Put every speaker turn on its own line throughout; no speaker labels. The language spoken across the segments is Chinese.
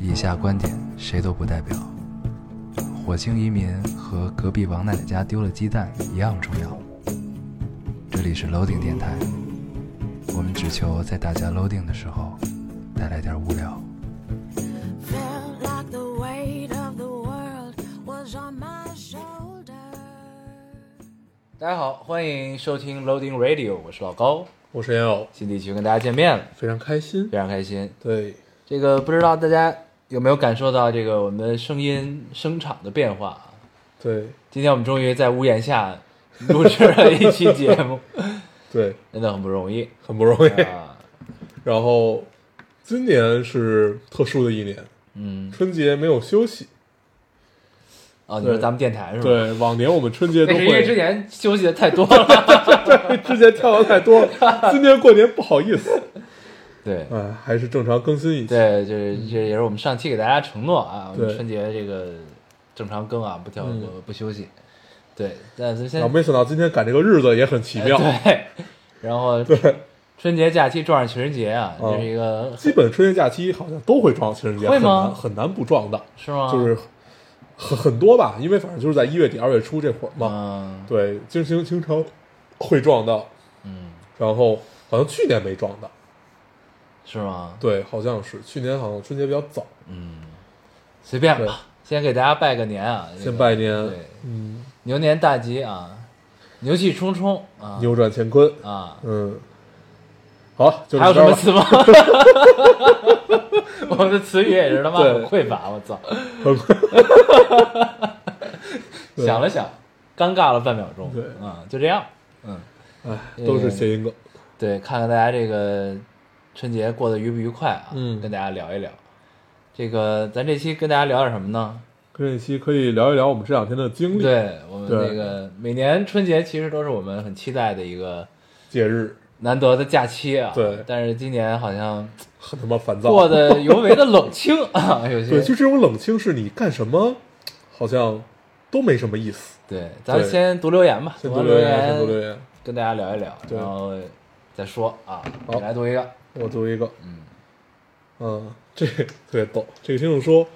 以下观点谁都不代表。火星移民和隔壁王奶奶家丢了鸡蛋一样重要。这里是 Loading 电台，我们只求在大家 Loading 的时候带来点无聊。
Felt like the weight of the world was on my shoulders.
大家好，欢迎收听 Loading Radio，我是老高，
我是烟偶，
新地区跟大家见面了，
非常开心。
非常开心。
对，
这个不知道大家有没有感受到这个我们声音声场的变化啊？
对，
今天我们终于在屋檐下录制了一期节目，
对，
真的很不容易
很不容易。
啊。
然后，今年是特殊的一年，
嗯，
春节没有休息。
哦，你说
对
咱们电台是吧？，
对，往年我们春节都
那是因为之
会
前休息的太多 了。
之前跳的太多 了，今年过年不好意思，
对。
哎，还是正常更新一下。
对，这这也是我们上期给大家承诺啊，我们
对
春节这个正常更啊，不跳
嗯
不不休息。对，但是现在
然后没想到今天赶这个日子也很 奇妙，
哎对，然后
对，
春节假期撞上情人节啊，
嗯
这是一个
基本春节假期好像都会撞情人节，
会
很
吗啊
难很难不撞的，
是吗？
就是很很多吧，因为反正就是在一月底二月初这会儿嘛，
嗯
对，经经经常会撞到，
嗯，
然后好像去年没撞到，
是吗？
对，好像是去年好像春节比较早，
嗯，随便
对
吧，先给大家拜个年啊，这个
先拜年
对，
嗯，
牛年大吉啊，牛气冲冲啊
扭转乾坤，
啊！
嗯，好，就
还有
这
什
边
么
吧
词吗？ 我们的词语也是他妈
对
很匮乏，我操！
对
想了想，尴尬了半秒钟，
对
啊，就这样，嗯，
哎，都是谐音梗，
对，看看大家这个春节过得愉不愉快啊，
嗯
跟大家聊一聊。这个咱这期跟大家聊点什么呢？
跟这期可以聊一聊我们这两天的经历，
对我们
对
那个每年春节其实都是我们很期待的一个
节日
难得的假期啊，
对
但是今年好像
很他妈烦 躁，
过得尤为的冷清啊，有
对，
些
就这种冷清是你干什么好像都没什么意思，
对，咱们
对
先读留言吧，
先
读完
读留言，先读留
言
言，
跟大家聊一聊，
对
然后再说啊。
好
你来读一个，
我读一个，
嗯
嗯，这个特别逗。这个听众说：“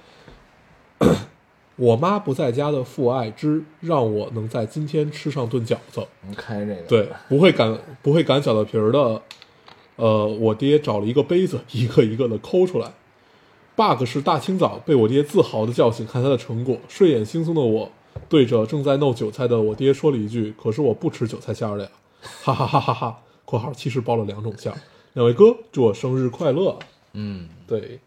我妈不在家的父爱之，让我能在今天吃上顿饺子。
你看这个，
对，不会擀不会擀饺子皮儿的，呃，我爹找了一个杯子，一个一个的抠出来。bug 是大清早被我爹自豪的叫醒，看他的成果，睡眼惺忪的我对着正在弄韭菜的我爹说了一句：“可是我不吃韭菜馅儿的呀！”哈哈哈哈哈！（括号其实包了两种馅儿。）两位哥，祝我生日快乐！
嗯，
对，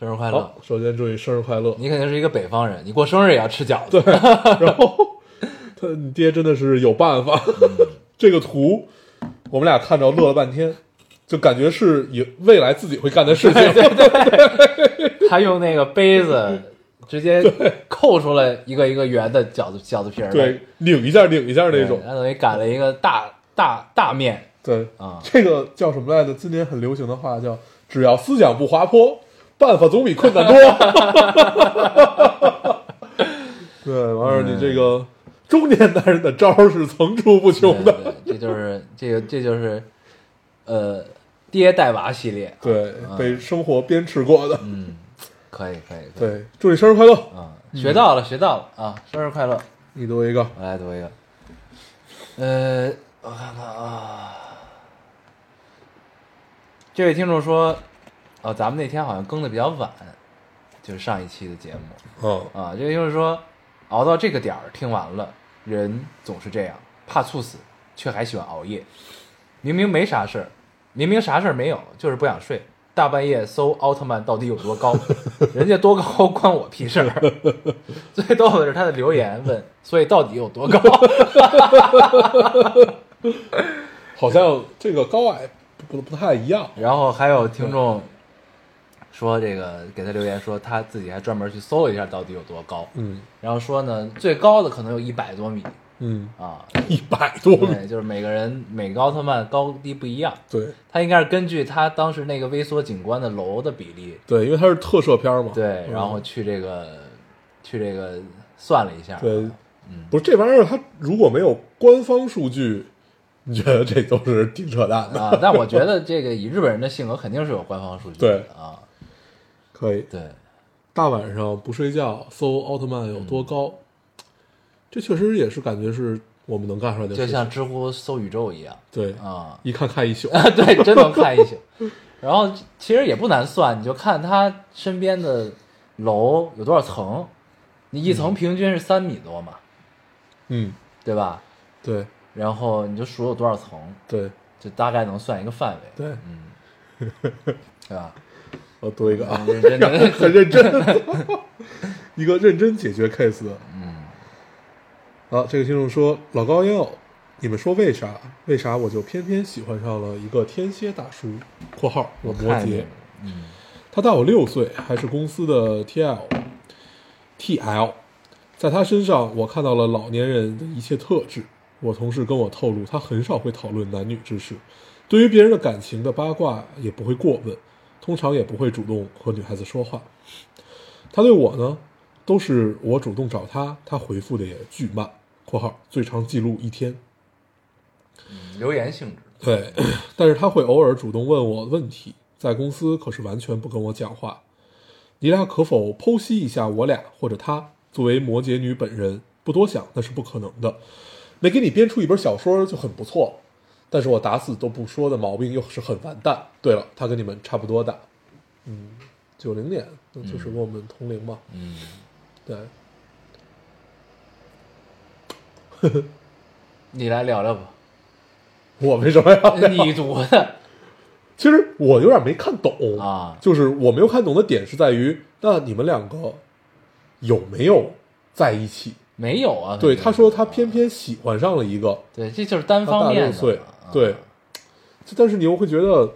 生日快乐
好，，首先祝你生日快乐。
你肯定是一个北方人，你过生日也要吃饺子。
然后他你爹真的是有办法， 这个图我们俩看着乐了半天，就感觉是以未来自己会干的事情。
他用那个杯子直接扣出了一个一个圆的饺子饺子皮儿来，
对，拧一下拧一下
对，
那种。
他等于擀了一个大大大面
对，
啊，
这个叫什么来着？今年很流行的话叫“只要思想不滑坡，办法总比困 难多” 。对，完事儿你这个中年男人的招儿是层出不
对
穷的。
对，这就是这个这就是呃爹带娃系列，
对
嗯，
被生活鞭笞过的。
嗯，可以可以可以，
对，祝你生日快乐！
啊，学到了学到了啊，生日快乐！
你读一个，
我来读一个，呃，我看看啊，这位听众说，哦，咱们那天好像更的比较晚，就是上一期的节目
嗯，
啊。这位听众说，熬到这个点儿听完了，人总是这样，怕猝死，却还喜欢熬夜。明明没啥事儿，明明啥事儿没有，就是不想睡。大半夜搜奥特曼到底有多高，人家多高关我屁事儿。 最逗的是他的留言问，所以到底有多高？
好像这个高矮不不太一样。
然后还有听众说这个给他留言说他自己还专门去搜了一下到底有多高，
嗯
然后说呢最高的可能有一百多米
嗯，
啊，
一百 多米，
对，就是每个人每个奥特曼高低不一样，
对
他应该是根据他当时那个微缩景观的楼的比例，
对，因为它是特摄片嘛。
对，
嗯
然后去这个去这个算了一下，
对，不是这玩意儿，它如果没有官方数据， 你觉得这都是挺扯淡的。
啊，但我觉得这个以日本人的性格肯定是有官方数据的
对
啊，
可以，
对，
大晚上不睡觉搜奥特曼有多高，这确实也是感觉是我们能干出来的事
就
情。
像知乎搜宇宙一样
对，、
啊
一看看 一宿，
对，真能看一宿。然后其实也不难算，你就看它身边的楼有多少层，你一层平均是三米多嘛，
嗯，
对吧？
对
然后你就数有多少层，
对
就大概能算一个范围，
对，
对吧？
我读一个啊，
认真的，
很认真， 一个认真解决 case 的。嗯，好，这个听众说老高要，你们说为啥？为啥我就偏偏喜欢上了一个天蝎大叔（括号我摩
看
羯
见）？
他大我六岁，还是公司的 TL。TL，在他身上我看到了老年人的一切特质。我同事跟我透露，他很少会讨论男女之事，对于别人的感情的八卦也不会过问，通常也不会主动和女孩子说话。他对我呢，都是我主动找他，他回复的也巨慢（括号最长记录一天）。
留言性质，
对， 但是他会偶尔主动问我问题，在公司可是完全不跟我讲话。你俩可否剖析一下我俩或者他？作为摩羯女本人，不多想那是不可能的。没给你编出一本小说就很不错了，但是我打死都不说的毛病又是很完蛋。对了，他跟你们差不多大，嗯，九零年，那就是跟我们同龄嘛。嗯，对，
你来聊聊 吧。
我为什么 要聊？
你读的，
其实我有点没看懂
啊
就是我没有看懂的点是在于，那你们两个有没有在一起？
没有啊？
对，他说他偏偏喜欢上了一个，
对，这就是单
他
方
大
面
六
的。
岁
啊，
对，这但是你又会觉得，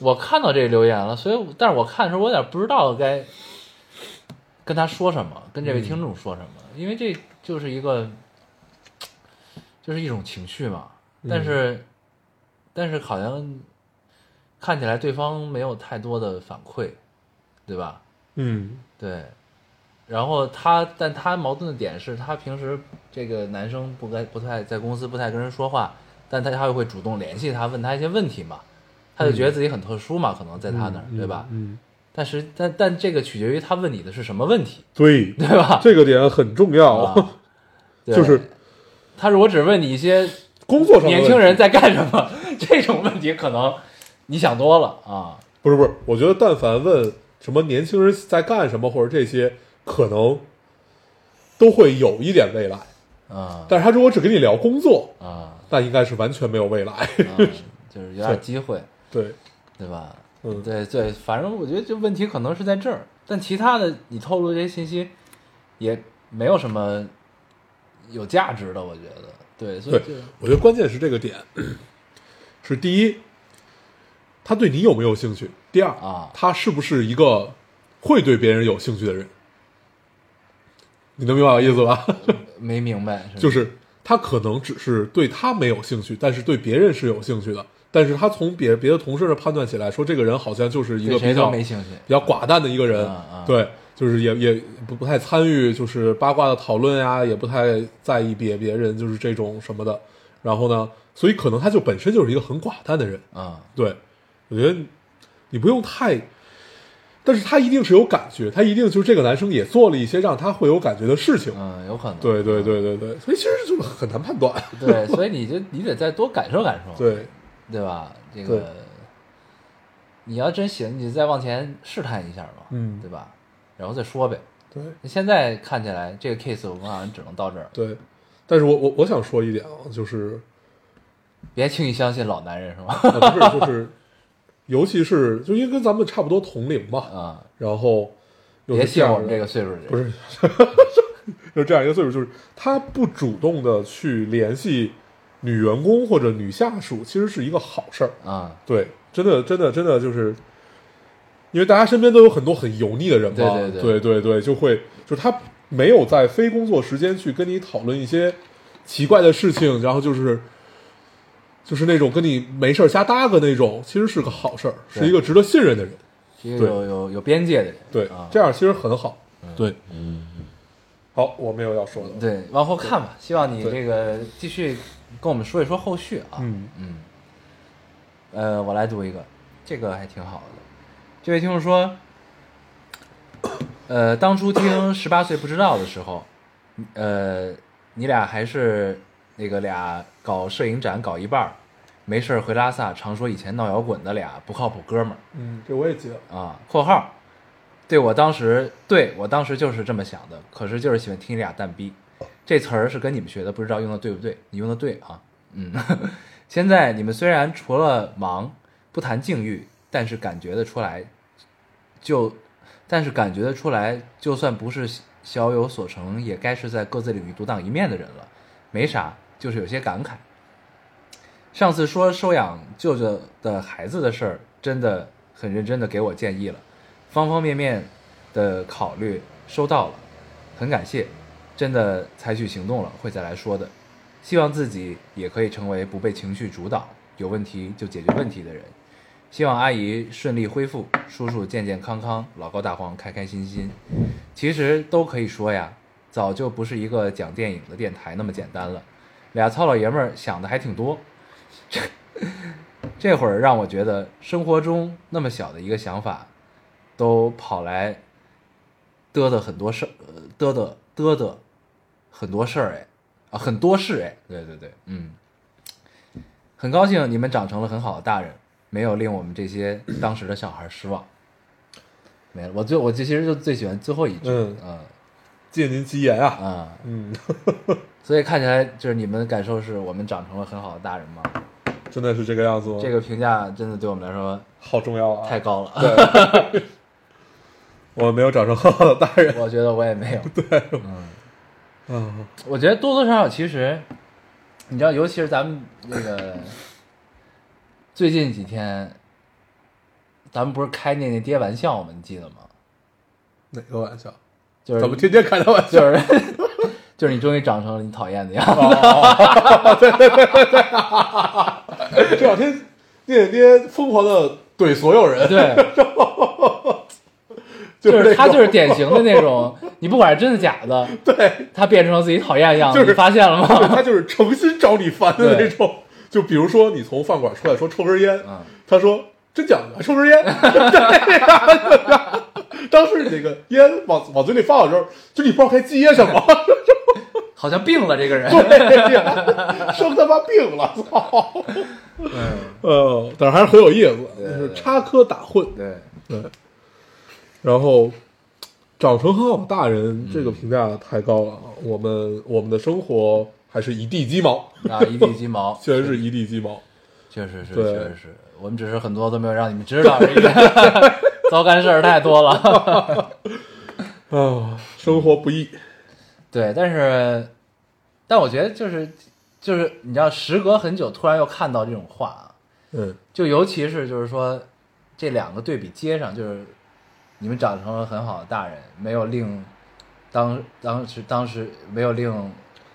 我看到这个留言了，所以，但是我看的时候，我有点不知道该跟他说什么，跟这位听众说什么，
嗯
因为这就是一个，就是一种情绪嘛。
嗯
但是，但是好像看起来对方没有太多的反馈，对吧？
嗯
对。然后他，但他矛盾的点是他平时这个男生不该不太在公司不太跟人说话，但他他又会主动联系他，问他一些问题嘛，他就觉得自己很特殊嘛，可能在他那儿，
嗯
对吧？
嗯，
但是但但这个取决于他问你的是什么问题，
对，
对吧？
这个点很重要，
啊对
哦就是
他如果只问你一些
工作上的
年
问
轻
题
人在干什么 这种问题，可能你想多了啊。
不是不是，我觉得但凡问什么年轻人在干什么或者这些，可能都会有一点未来，
啊
但是他如果只跟你聊工作，
啊，
那应该是完全没有未来。
啊就是有点机会，
对，
对吧？
嗯，
对对，反正我觉得这问题可能是在这儿，但其他的你透露这些信息也没有什么有价值的，我觉得。对，所以
对，我觉得关键是这个点，是第一，他对你有没有兴趣；第二
啊
他是不是一个会对别人有兴趣的人？你能明白我意思吧？
就没明白，
就是是他可能只是对他没有兴趣，但是对别人是有兴趣的。但是他从别别的同事那判断起来，说这个人好像就是一
对
个
谁
比
都
较
没兴趣。
比较寡淡的一个人，
啊啊
对，就是也也不不太参与，就是八卦的讨论呀、也不太在意别别人，就是这种什么的。然后呢，所以可能他就本身就是一个很寡淡的人，
嗯，
对，我觉得你不用太，但是他一定是有感觉，他一定就是这个男生也做了一些让他会有感觉的事情，
嗯，有可能。
对对对对对，所以其实就是很难判断，
对，所以你就你得再多感受感受，
对
对吧？这
对
个你要真行，你再往前试探一下嘛，
嗯
对吧？然后再说呗。
对
现在看起来这个 case 我们好像只能到这儿，
对。但是我我我想说一点啊，就是
别轻易相信老男人是 吧？
啊，不是，就是，尤其是就因为跟咱们差不多同龄嘛，
啊、
然后又
别
是这
信
样
我们
的
这个岁数的人。
不是， 就是这样一个岁数，就是他不主动的去联系女员工或者女下属，其实是一个好事儿。
啊、
对，真的，真的，真的就是，因为大家身边都有很多很油腻的人嘛，
对对
对
对
对对就会就是他没有在非工作时间去跟你讨论一些奇怪的事情，然后就是就是那种跟你没事儿瞎搭个那种，其实是个好事儿，
对
是一个值得信任的人，
是一个
对
有有有边界的人。
对，
啊，嗯
这样其实很好，对，好，我没有要说的，
对，往后看吧。希望你
对
这个继续跟我们说一说后续啊。
嗯
嗯，呃，我来读一个，这个还挺好的。这位听众说，呃，当初听《十八岁不知道》的时候，呃，你俩还是那个俩搞摄影展搞一半儿，没事儿回拉萨，常说以前闹摇滚的俩不靠谱哥们儿
嗯，这我也记得。
啊。（括号）对我当时，对我当时就是这么想的，可是就是喜欢听你俩蛋逼。这词儿是跟你们学的，不知道用的对不对？你用的对啊，嗯。 现在你们虽然除了忙不谈境遇，但是感觉得出来，就但是感觉得出来，就算不是小有所成，也该是在各自领域独当一面的人了。没啥，就是有些感慨。上次说收养舅舅的孩子的事儿，真的很认真的给我建议了，方方面面的考虑收到了，很感谢，真的采取行动了，会再来说的。希望自己也可以成为不被情绪主导、有问题就解决问题的人。希望阿姨顺利恢复，叔叔健健康康，老高大黄开开心心。其实都可以说呀，早就不是一个讲电影的电 台那么简单了。俩糙老爷们儿想的还挺多，这这会儿让我觉得生活中那么小的一个想法，都跑来嘚嘚很多事儿，呃嘚嘚嘚嘚很多事儿哎，啊很多事哎，对对对，嗯，很高兴你们长成了很好的大人，没有令我们这些当时的小孩失望。没了，我最我其实就最喜欢最后一句，
嗯
嗯
借您吉言啊。
啊，
嗯，
所以看起来就是你们的感受是我们长成了很好的大人吗？
真的是这个样子吗？
这个评价真的对我们来说
好重要啊！
太高了，
我没有长成很好的 大人
我觉得我也没 有。嗯
啊。
我觉得多多少少其实，你知道，尤其是咱们那个最近几天，咱们不是开那那爹玩笑吗？你记得吗？
哪个玩笑？
就是
怎么天天开他玩
就
笑？
是 就是你终于长成了你讨厌的样子。
这两天聂爹疯狂的怼所有人，
对，
就
就是
那
他
种
就是典型的那种，你不管是真的假的，
对，
他变成了自己讨厌的样子，
就是
你发现了吗？
他就是诚心找你烦的
对
那种。就比如说你从饭馆出来说抽根烟
嗯，
他说真讲究，抽根烟。 对呀 当时你那个烟往往嘴里放的时候，就你不知道该接什么，
好像病了这个人。
对呀，生他妈病了，操！
嗯
呃，但是还是很有意思，就是插科打诨。
对，
对，然后长成很好的大人这个评价太高了，啊！我们我们的生活还是一地鸡毛，
啊，一地鸡毛，
确实是一地鸡毛。
确实是，
对
确实是，我们只是很多都没有让你们知 道而已。 糟干事儿太多了，
啊，生活不易，
对，但是，但我觉得就是就是，你知道，时隔很久，突然又看到这种话啊，
嗯，
就尤其是就是说，这两个对比接上，就是你们长成了很好的大人，没有令当当时当时没有令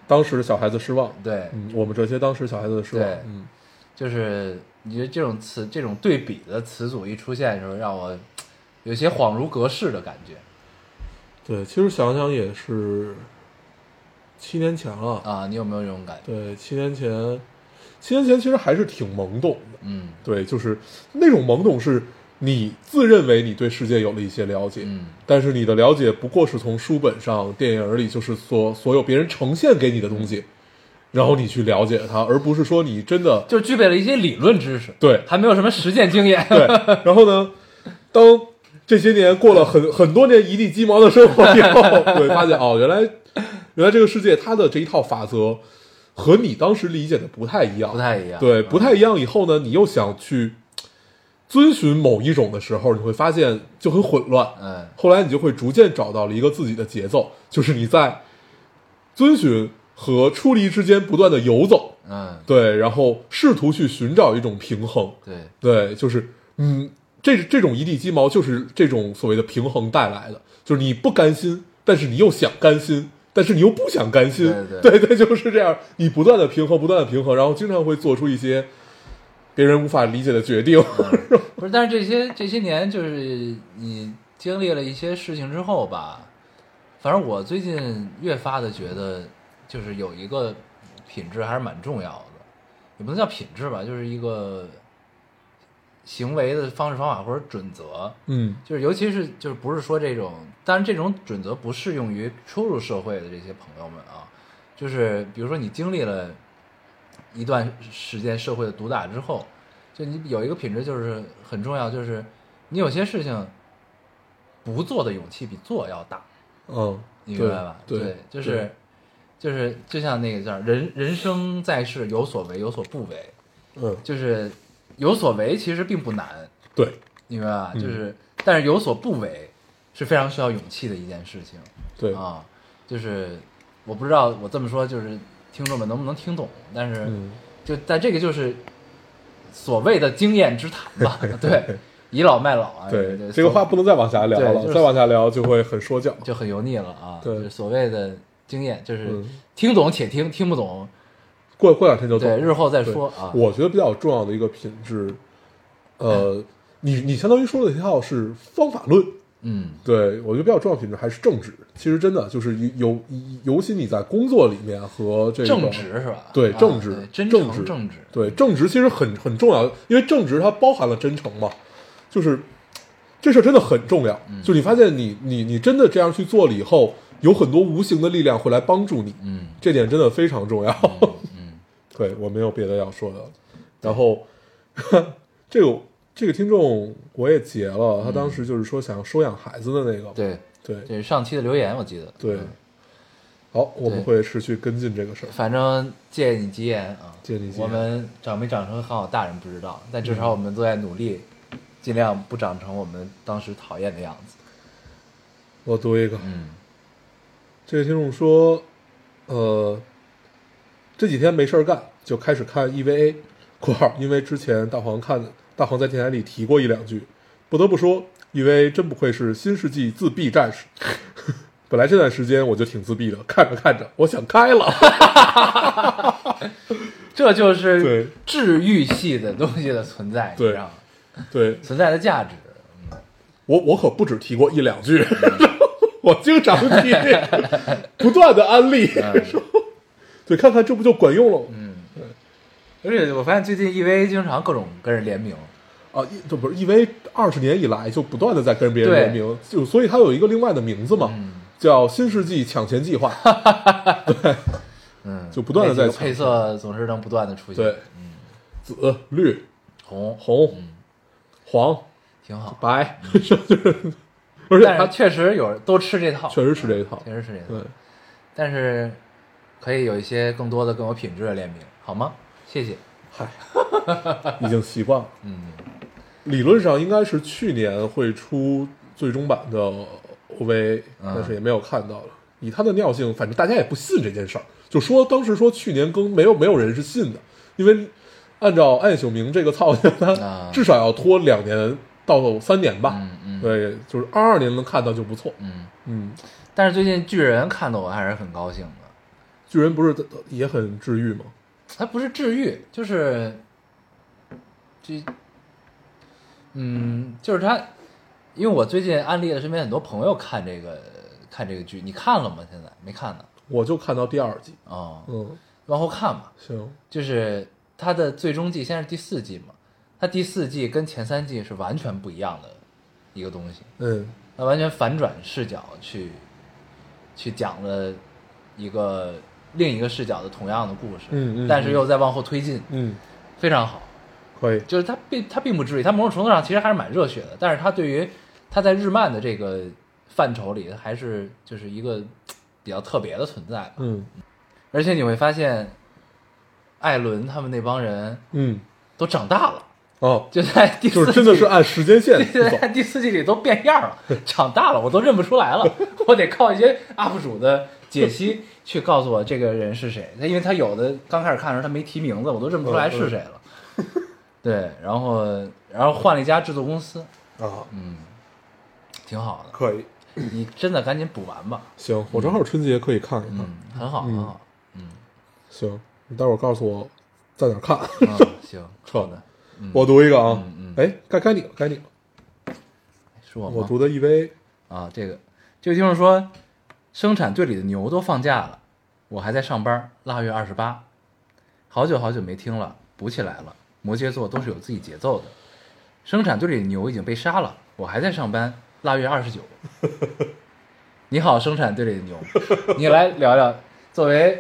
当时的小孩子失望，
对，
嗯，我们这些当时小孩子的失望
对，
嗯，
就是你觉得这种词这种对比的词组一出现的时候，让我有些恍如隔世的感觉
对，其实想想也是七年前了，
啊，你有没有这种感觉？
对，七年前，七年前其实还是挺懵懂的，
嗯
对，就是那种懵懂是你自认为你对世界有了一些了解，
嗯，
但是你的了解不过是从书本上、电影里，就是所所有别人呈现给你的东西，然后你去了解它，而不是说你真的
就是具备了一些理论知识，
对
还没有什么实践经验。
对。然后呢，当这些年过了很很多年一地鸡毛的生活以后，对，发现哦，原来原来这个世界它的这一套法则和你当时理解的不太一样，
不太一样
对，
嗯
不太一样。以后呢，你又想去遵循某一种的时候，你会发现就很混乱，
嗯
后来你就会逐渐找到了一个自己的节奏，就是你在遵循和出离之间不断的游走，
嗯，
对，然后试图去寻找一种平衡，
对，
对，就是嗯，这这种一地鸡毛就是这种所谓的平衡带来的，就是你不甘心，但是你又想甘心，但是你又不想甘心，
对
对 就是这样，你不断的平衡，不断的平衡，然后经常会做出一些别人无法理解的决定，
不是，但是这些这些年，就是你经历了一些事情之后吧，反正我最近越发的觉得，就是有一个品质还是蛮重要的，也不能叫品质吧，就是一个行为的方式方法或者准则，
嗯
就是尤其是就是不是说这种，当然这种准则不适用于初入社会的这些朋友们啊，就是比如说你经历了一段时间社会的毒打之后，就你有一个品质就是很重要，就是你有些事情不做的勇气比做要大，
嗯，
你
对
明白吧？
对，
就是
对
就是就像那个叫人人生在世有所为有所不为，
嗯
就是有所为其实并不难，
对
你明白吧？
嗯
就是，但是有所不为是非常需要勇气的一件事情
对，
啊。就是我不知道我这么说，就是听众们能不能听懂，但是
嗯
就但这个就是所谓的经验之谈 吧，对，倚老卖老啊，
对，这
所
个话不能再往下聊
对
了，
就是
再往下聊就会很说教。
就很油腻了啊。
对
就是所谓的经验，就是
嗯
听懂且听，听不懂
过过两天就懂
对，
了，
日后再
对
说啊。
我觉得比较重要的一个品质，呃，你你相当于说的一套是方法论，
嗯，
对我觉得比较重要的品质还是正直。其实真的就是尤尤尤其你在工作里面和这个
正直是吧？
对
啊
正直
对真
正
诚
直
正直，
对正直其实很很重要，因为正直它包含了真诚嘛，就是这事儿真的很重要。
嗯
就你发现你你你真的这样去做了以后，有很多无形的力量会来帮助你，
嗯
这点真的非常重要。
嗯，
对我没有别的要说的了。然后 这个这个听众我也截了，他当时就是说想收养孩子的那个，
嗯对，
对
这是上期的留言，我记得
对
嗯。
好，我们
对
会持续跟进这个事儿。
反正借你吉言啊，
借你吉言嗯
我们长没长成很好大人不知道，但至少我们都在努力，尽量不长成我们当时讨厌的样子。
我读一个，
嗯
这个听众说，呃，这几天没事儿干，就开始看 EVA（括号因为之前大黄看大黄在电台里提过一两句），不得不说，EVA 真不愧是新世纪自闭战士。 本来这段时间我就挺自闭的，看着看着，我想开了。
这就是
对
治愈系的东西的存在，你
对
知道吗？
对
存在的价值。
我，我可不只提过一两句， 我经常提，不断的安利，说， 对，看看这不就管用了吗？
而且我发现最近 EVA 经常各种跟人联名，
啊，一这不是 EVA 二十年以来就不断的在跟别人
对
联名，就所以它有一个另外的名字嘛，叫新世纪抢钱计 划。
嗯，
就不断地在
那几个配嗯色总是能不断的出现，
对，紫、绿、
红
红、黄、
挺好，
白， 就是，而
嗯
且
但
它
是确实有人都吃这套，
确实吃这一套
确。实是这样。
对，
但是可以有一些更多的更有品质的联名，好吗？谢谢。
嗨，已经习惯了。
嗯，
理论上应该是去年会出最终版的 OVA，
嗯
但是也没有看到了。以他的尿性，反正大家也不信这件事儿，就说当时说去年更没有没有人是信的，因为按照岸秀明这个操性，
啊
他至少要拖两年到三年吧。
嗯嗯
对，就是二二年能看到就不错。
嗯，
嗯，
但是最近巨人看的我还是很高兴的，
巨人不是也很治愈吗？
它不是治愈，就是这，嗯，就是它，因为我最近安利了身边很多朋友看这个看这个剧，你看了吗？现在没看呢。
我就看到第二季。
哦，
嗯，
往后看吧。
行，
就是它的最终季，现在是第四季嘛，它第四季跟前三季是完全不一样的一个东西。
嗯
那完全反转视角去去讲了一个另一个视角的同样的故事，
嗯嗯
但是又在往后推进，
嗯，
非常好。
可以。
就是它并它并不至于，它某种程度上其实还是蛮热血的，但是它对于它在日漫的这个范畴里，还是就是一个嘖比较特别的存在吧。
嗯
而且你会发现，艾伦他们那帮人
嗯
都长大了，
哦，
就在第四季，
就是真 的是按时间线去
对
走
在。第四季里都变样了，长大了，我都认不出来 了。我得靠一些 UP 主的解析去告诉我这个人是谁。他因为他有的刚开始看的时候他没提名字，我都认不出来是谁了。
嗯
对，然后然后换了一家制作公司，
啊，
挺好的。
可以。
你真的赶紧补完吧，
行，我正好春节可以看一看。
嗯，很好，很好。
行，你待会儿告诉我在哪儿看。
嗯，行，好的，
我读一个啊
嗯嗯，
哎、该该你了，该你了。
是我
我
吗？
读的 E EVA，
啊，这个这个听众说，生产队里的牛都放假了，我还在上班。腊月二十八，好久好久没听了，补起来了。摩羯座都是有自己节奏的，生产队里的牛已经被杀了，我还在上班。腊月二十九， 你好，生产队里的牛，你来聊聊，作为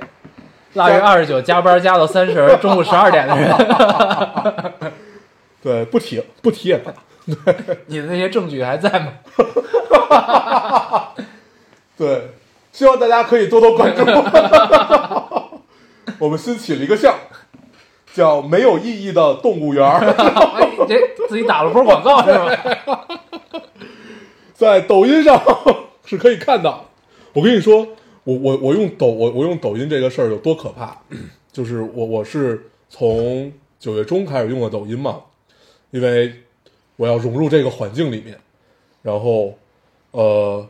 腊月二十九加班加到三十，中午十二点的人，
对，不提不提也罢。
你的那些证据还在吗？
对，希望大家可以多多关注。 我们新起了一个项，叫“没有意义的动物园儿
哎，你这自己打了波广告是吧？”，
在抖音上 是可以看到。我跟你说，我我我用抖我我用抖音这个事儿有多可怕， 就是我我是从九月中开始用的抖音嘛，因为我要融入这个环境里面。然后，呃，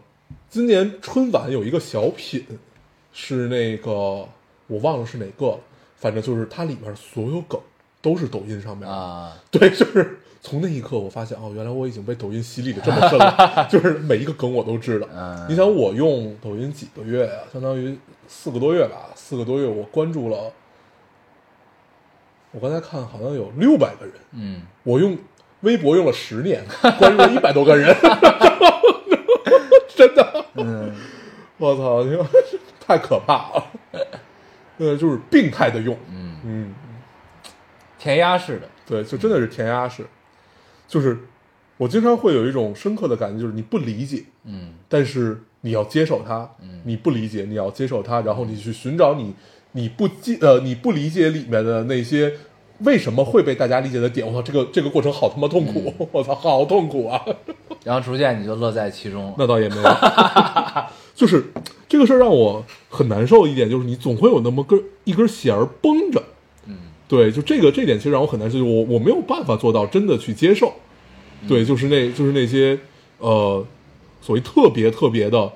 今年春晚有一个小品，是那个我忘了是哪个了，反正就是它里面所有梗都是抖音上面的
啊，
对，就是从那一刻我发现哦，原来我已经被抖音洗礼的这么 深了，就是每一个梗我都知道。
嗯
你想我用抖音几个月呀、相当于四个多月吧，四个多月我关注了，我刚才看好像有六百个人，
嗯，
我用微博用了十年，关注了一百多个人， 真的，
嗯，
我操，你说 太可怕了，呃，就是病态的用，
嗯
嗯。
填鸭式的，
对，就真的是填鸭式，就是我经常会有一种深刻的感觉，就是你不理解，
嗯
但是你要接受它，你不理解，你要接受它，然后你去寻找你你不接呃你不理解里面的那些为什么会被大家理解的点。我操，这个这个过程好他妈痛苦， 我操，好痛苦啊！
然后逐渐你就乐在其中了。
那倒也没有， 就是这个事儿让我很难受一点，就是你总会有那么根一根弦儿绷着。
嗯
对，就这个这点其实让我很难受，就是我我没有办法做到真的去接受。
嗯
对，就是那就是那些呃所谓特别特别的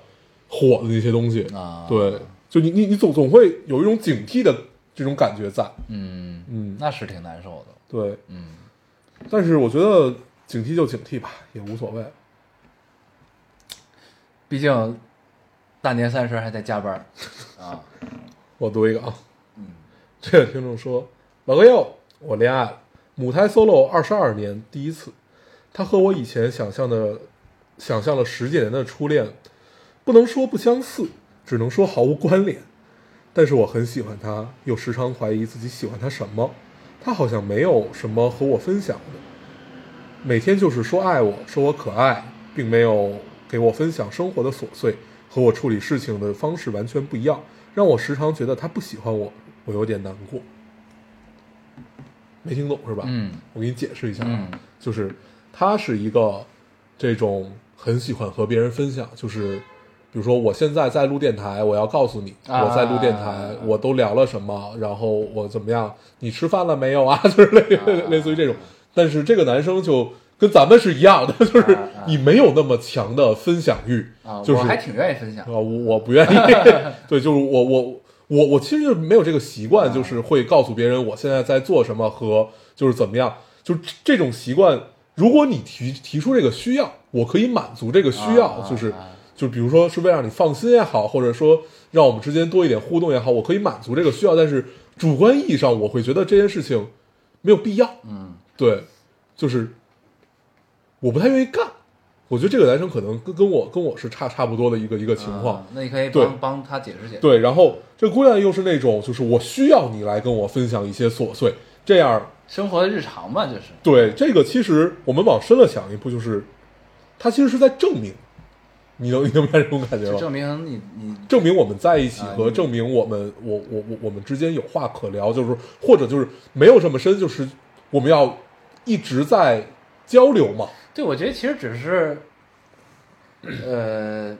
火的那些东西
啊
对，就你你你总总会有一种警惕的这种感觉在。
嗯，
嗯，
那是挺难受的。
对，
嗯，
但是我觉得警惕就警惕吧，也无所谓。
毕竟大年三十还在加班儿 啊。
我读一个啊，这个听众说：“老哥哟，我恋爱了，母胎 solo 二十二年，第一次，他和我以前想象的，想象了十几年的初恋，不能说不相似，只能说毫无关联。但是我很喜欢他，又时常怀疑自己喜欢他什么，他好像没有什么和我分享的，每天就是说爱我，说我可爱，并没有给我分享生活的琐碎，和我处理事情的方式完全不一样，让我时常觉得他不喜欢我，我有点难过。没听懂是吧？
嗯，
我给你解释一下啊，
嗯
就是他是一个这种很喜欢和别人分享，就是比如说我现在在录电台，我要告诉你
啊
我在录电台，我都聊了什么，然后我怎么样，你吃饭了没 有啊？就是类、类似于这种。但是这个男生就跟咱们是一样的，就是
啊啊
你没有那么强的分享欲
啊，
就是
我还挺愿意分享
啊，。我我 不愿意。对，就是我我我我其实就是没有这个习惯，
啊
就是会告诉别人我现在在做什么和就是怎么样，就是这这种习惯。如果你提提出这个需要，我可以满足这个需要，
啊
就是
啊
就比如说是为了让你放心也好，或者说让我们之间多一点互动也好，我可以满足这个需要。但是主观意义上，我会觉得这件事情没有必要。
嗯
对，就是我不太愿意干。我觉得这个男生可能跟跟我跟我是差差不多的一个一个情况。
啊那你可以
对
帮帮他解释解释。
对，然后这姑娘又是那种，就是我需要你来跟我分享一些琐碎，这样
生活的日常嘛，就是
对这个其实我们往深了想一步，就是他其实是在证明，你能你能明白这种感觉
就证
吗？
明你你
证明我们在一起
啊
和
你
证明我们我我我我们之间有话可聊，就是或者就是没有这么深，就是我们要一直在交流嘛。
对我觉得其实只是，呃，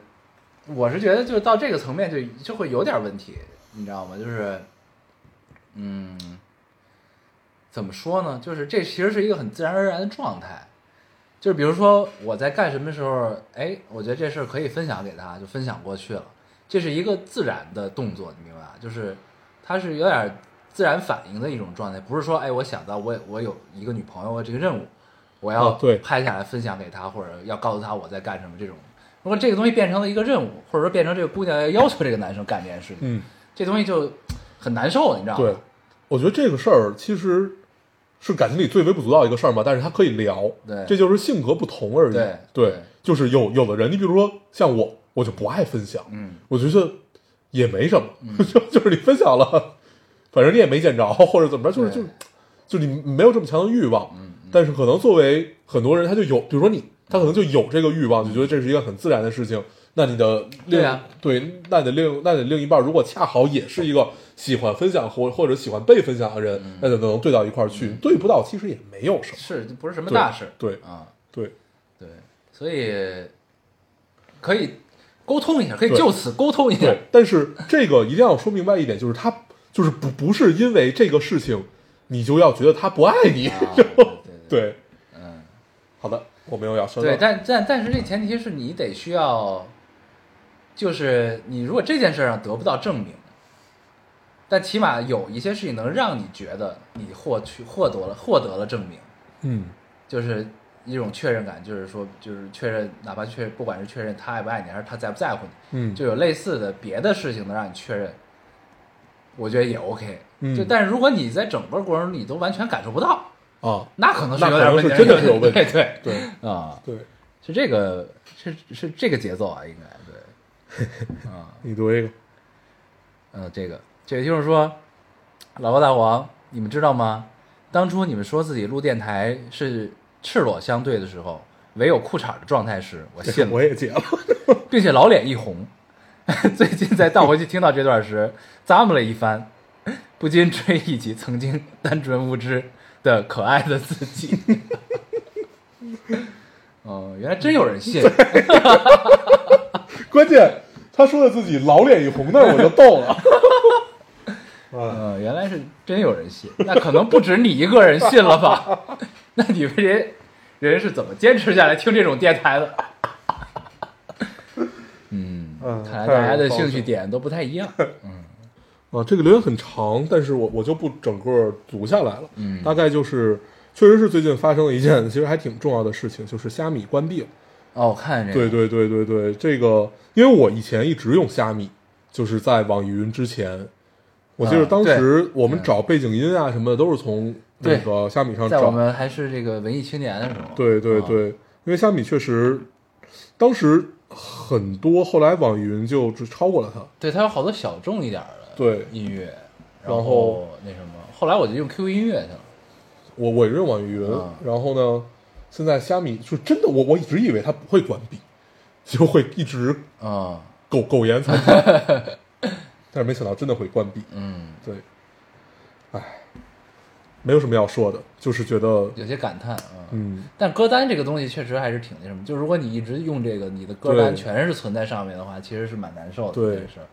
我是觉得就是到这个层面就就会有点问题，你知道吗？就是，嗯，怎么说呢？就是这其实是一个很自然而然的状态。就是比如说我在干什么时候，哎，我觉得这事儿可以分享给他，就分享过去了。这是一个自然的动作，你明白吧？就是它是有点自然反应的一种状态，不是说哎，我想到我我有一个女朋友，我有这个任务，我要
啊对
拍下来分享给她，或者要告诉她我在干什么这种。如果这个东西变成了一个任务，或者说变成这个姑娘要要求这个男生干这件事情，
嗯，
这东西就很难受，你知道吗？
对，我觉得这个事儿其实是感情里最微不足道的一个事儿嘛，但是他可以聊，
对
这就是性格不同而已。
对
对
对
就是有有的人，你比如说像我，我就不爱分享，
嗯，
我觉得也没什么， 就就是你分享了，反正你也没见着 或者怎么着，就是
对嗯
就就你没有这么强的欲望，但是可能作为很多人，他就有，比如说你，他可能就有这个欲望，就觉得这是一个很自然的事情。那你的另
对啊
对，那你的另那你的另一半如果恰好也是一个喜欢分享或或者喜欢被分享的人，
嗯
那就能对到一块儿去。对不到其实也没有什么
是嗯不是什么大事？
对
啊，
对
对，所以可以沟通一下，可以
对
就此沟通一下
对。，但是这个一定要说明白一点，就是他就是不不是因为这个事情，你就要觉得他不爱你。
啊对对对
对，
嗯，
好的，我没有要说的。
对，但但但是这前提是你得需要，就是你如果这件事儿上得不到证明，但起码有一些事情能让你觉得你获取获得了获得了证明，
嗯，
就是一种确认感，就是说就是确认，哪怕确不管是确认他爱不爱你，还是他在不在乎你，
嗯
就有类似的别的事情能让你确认，我觉得也 OK。
嗯
就但是如果你在整个过程中你都完全感受不到，
啊，
那可能是
那
有
可
点
能
问
是
题，
真的是有问题
对对
对
对啊。
对，
是这个是是这个节奏啊，应该对，啊
你读一个。
嗯，这个这个就是说，老高大黄，你们知道吗？当初你们说自己录电台是赤裸相对的时候，唯有裤衩的状态时，我信
我
了，
也解了，
并且老脸一红。 最近再倒回去听到这段时，咂摸了一番，不禁追忆起曾经单纯无知的可爱的自己。 哦，原来真有人信，
关键他说的自己老脸一红，那我就逗了。啊，
嗯，原来是真有人信，那可能不止你一个人信了吧？ 那你们这些人是怎么坚持下来听这种电台的？嗯，
嗯
看来大家的兴趣点都不太一样。
啊，这个留言很长，但是我我就不整个读下来了。
嗯
大概就是，确实是最近发生了一件其实还挺重要的事情，就是虾米关闭了。
哦，我看这个，
对对对对对，这个因为我以前一直用虾米，就是在网易云之前，我记得
啊
当
对
时我们找背景音啊什么的都是从那
对
个虾米上
在
找
我。们还是这个文艺青年的时候，
对对
啊，
对，因为虾米确实，当时很多，后来网易云就只超过了它。
对它有好多小众一点儿的
对
音乐，然
然后
后那什么，后来我就用 QQ 音乐去了。
我我也用网易云
啊，
然后呢，现在虾米就真的，我我一直以为它不会关闭， 就会一直
嗯
苟苟延 残喘，但是没想到真的会关闭。
嗯，
对，唉，没有什么要说的，就是觉得，
有些感叹啊。
嗯，
但歌单这个东西确实还是挺那什么，就如果你一直用这个，你的歌单
对
全是存在上面的话，其实是蛮难受的。
对
这个事儿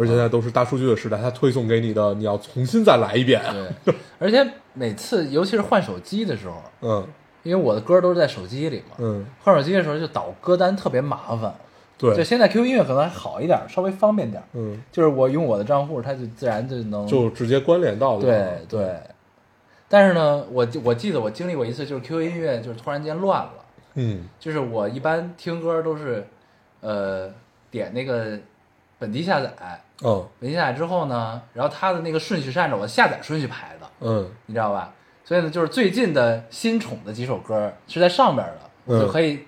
而且现在都是大数据的时代，它推送给你的，你要重新再来一遍。
对，而且每次尤其是换手机的时候，
嗯
因为我的歌都是在手机里嘛，
嗯，
换手机的时候就导歌单特别麻烦。就
对，
现在 QQ 音乐可能还好一点，稍微方便点。
嗯，
就是我用我的账户，它就自然就能
就直接关联到了。
对对。但是呢，我记我记得我经历过一次，就是 QQ 音乐就是突然间乱了。
嗯
就是我一般听歌都是，呃，点那个本地下载，
嗯
本地下载之后呢，然后它的那个顺序是按照我下载顺序排的，
嗯
你知道吧？所以呢，就是最近的新宠的几首歌是在上边的，我就
嗯
可以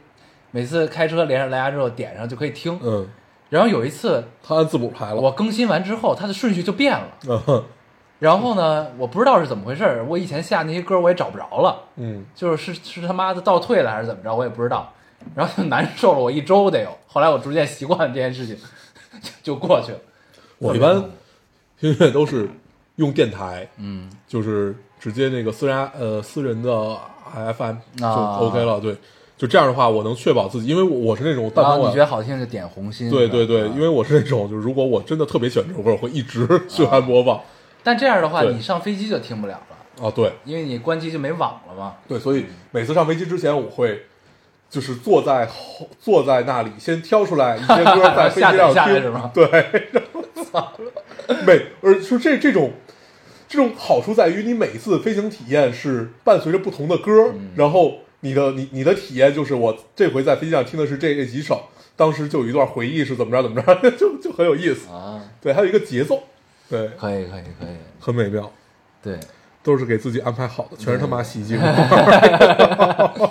每次开车连上蓝牙之后点上就可以听。
嗯，
然后有一次
它按字母排了。
我更新完之后，它的顺序就变了。
嗯
然后呢，我不知道是怎么回事儿，我以前下那些歌我也找不着了。
嗯
就是是是他妈的倒退了还是怎么着，我也不知道。然后就难受了我一周得有，后来我逐渐习惯了这件事情， 就就过去了。
我一般音乐都是用电台，
嗯，
就是直接那个私人呃私人的 FM 就
啊
OK 了。对，就这样的话，我能确保自己，因为我我是那种但
然
凡
后
我
啊你觉得好听就点红心，
对
是吧
对对，
啊
因为我是那种，就是如果我真的特别喜欢这首歌，我会一直循
啊
环播放。
但这样的话，
对
你上飞机就听不了了，
啊，对
因为你关机就没网了嘛。
对，所以每次上飞机之前，我会就是坐在后坐在那里，先挑出来一些歌在 飞
下
机
载
上
下来
听，
是吗
对，然后每而就这这种。这种好处在于，你每一次飞行体验是伴随着不同的歌，
嗯
然后你的你你的体验就是我这回在飞机上听的是这这几首，当时就有一段回忆是怎么着怎么着， 就就很有意思。
啊，
对，还有一个节奏，对，
可以可以可以，
很美妙。
对，
都是给自己安排好的，全是他 妈喜剧。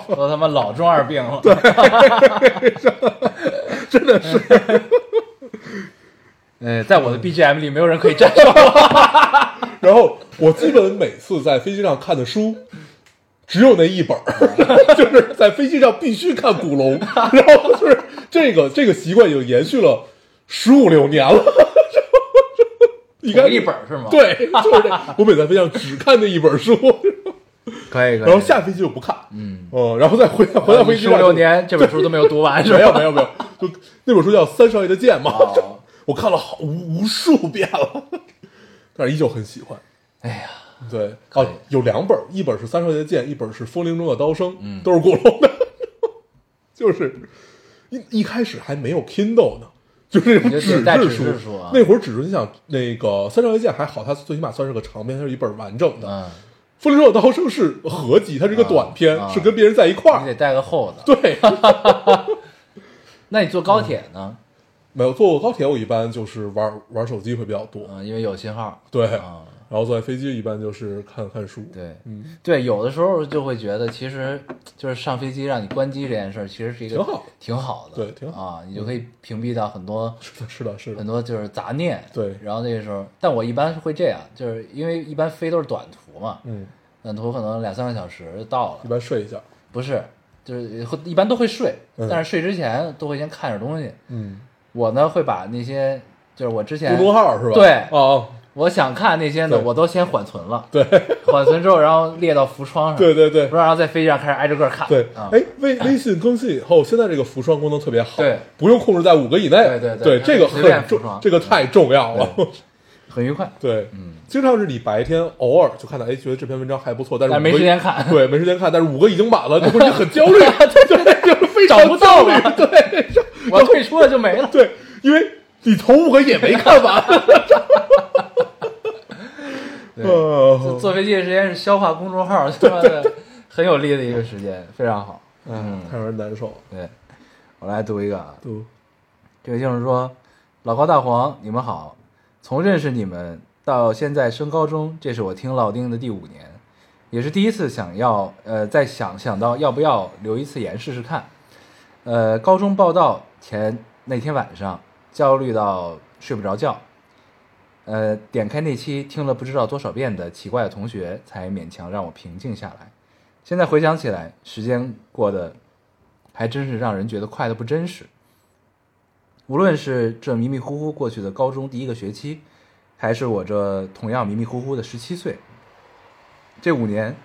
都他妈老中二病 了。
真的是，
呃，在我的 BGM 里，没有人可以战胜我。
然后我基本每次在飞机上看的书，只有那一本儿， 就是在飞机上必须看古龙。然后就是这个这个习惯已经延续了十五六年了。应该
同一本儿是吗
对，就是这。我每次在飞机上只看那一本书，
可以可以。
然后下飞机就不看。嗯然后再回回到飞机
十
上就，
六年这本书都没有读 完，是吧？
没有没有没有，就那本书叫《三少爷的剑》嘛，
哦
我看了好无无数遍了， 但是依旧很喜欢。
哎呀，
对，
可以
哦，有两本，一本是《三少爷的剑》，一本是《风铃中的刀声》，嗯，都是古龙的， 就是一一开始还没有 Kindle 呢。就是那种
就
纸
带纸
书
质书啊，
那会儿纸质，你想那个《三少爷剑》还好，它最起码算是个长篇，它是一本完整的。《
嗯，
风铃中的刀声》是合集，它是一个
啊
短篇，
啊
是跟别人在一块
你
儿。
得带个厚的。
对，
那你坐高铁呢？
没有坐过高铁，我一般就是玩玩手机会比较多，
嗯，因为有信号。
对，
啊，
然后坐在飞机一般就是看看书，嗯
对，对，有的时候就会觉得，其实就是上飞机让你关机这件事儿，其实是一个
挺好
挺好的，
对挺好
啊，你就可以屏蔽到很多
是的，是的，是
很
的，
多就是杂念。
对
然后那个时候，但我一般会这样，就是因为一般飞都是短途嘛，
嗯，
短途可能两三个小时就到
一
了，
般睡一觉，
不是，就是会一般都会睡，
嗯
但是睡之前都会先看点东西。
嗯，
我呢会把那些就是我之前
公众号是吧？
对
哦，
我想看那些呢，
对
我都先缓存了，
对，
缓存之后，然后列到浮窗上，
哦对对对
不然后在飞机上开始挨着个看，
对，
啊，
哎，微微信更新以后，现在这个浮霜功能特别好，
对，
不用控制在五个以内，
对对对
这个
随便
很
浮
重
霜，
这个太重要了，
很愉快，
对，嗯，经常是你白天偶尔就看到，哎，觉得这篇文章还不错，但是
但是
五个
没时间看
对，没时间看，但是五个已经满了，这会儿你很焦虑，对，就是非 常
找不到了
焦虑对，，
我退出了就没了
对，因为你头五个也没 看完。
坐
呃，
坐飞机的时间是消化公众号，他妈的 很有力的一个时间，非常好。
嗯，太让人难受了。
对，我来读一个啊，
都
这位听众说：“老高、大黄，你们好。从认识你们到现在升高中，这是我听老丁的第五年，也是第一次想要呃，在想想到要不要留一次言试试看。呃，高中报到前那天晚上，焦虑到睡不着觉。呃，点开那期听了不知道多少遍的奇怪的同学，才勉强让我平静下来。现在回想起来，时间过得还真是让人觉得快得不真实。无论是这迷迷糊糊过去的高中第一个学期，还是我这同样迷迷糊糊的十七岁，这五年，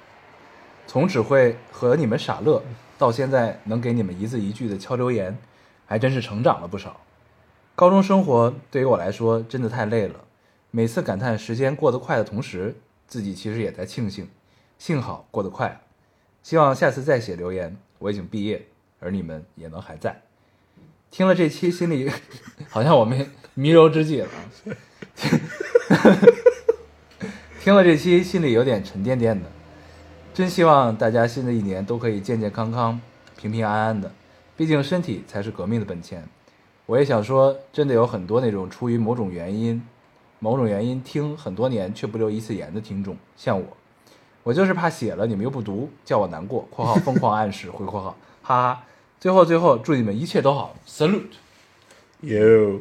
从只会和你们傻乐到现在能给你们一字一句的敲留言，还真是成长了不少。高中生活对于我来说真的太累了，每次感叹时间过得快的同时，自己其实也在庆幸，幸好过得快啊。希望下次再写留言，我已经毕业，而你们也能还在。听了这期，心里 好像我们弥留之际了 啊。听了这期，心里有点沉甸甸的。真希望大家新的一年都可以健健康康、平平安安的，毕竟身体才是革命的本钱。我也想说，真的有很多那种出于某种原因、某种原因听很多年却不留一次言的听众，像我，我就是怕写了你们又不读，叫我难过。（括号疯狂暗示回括号，哈哈。）最后最后，祝你们一切都好，salute。
有，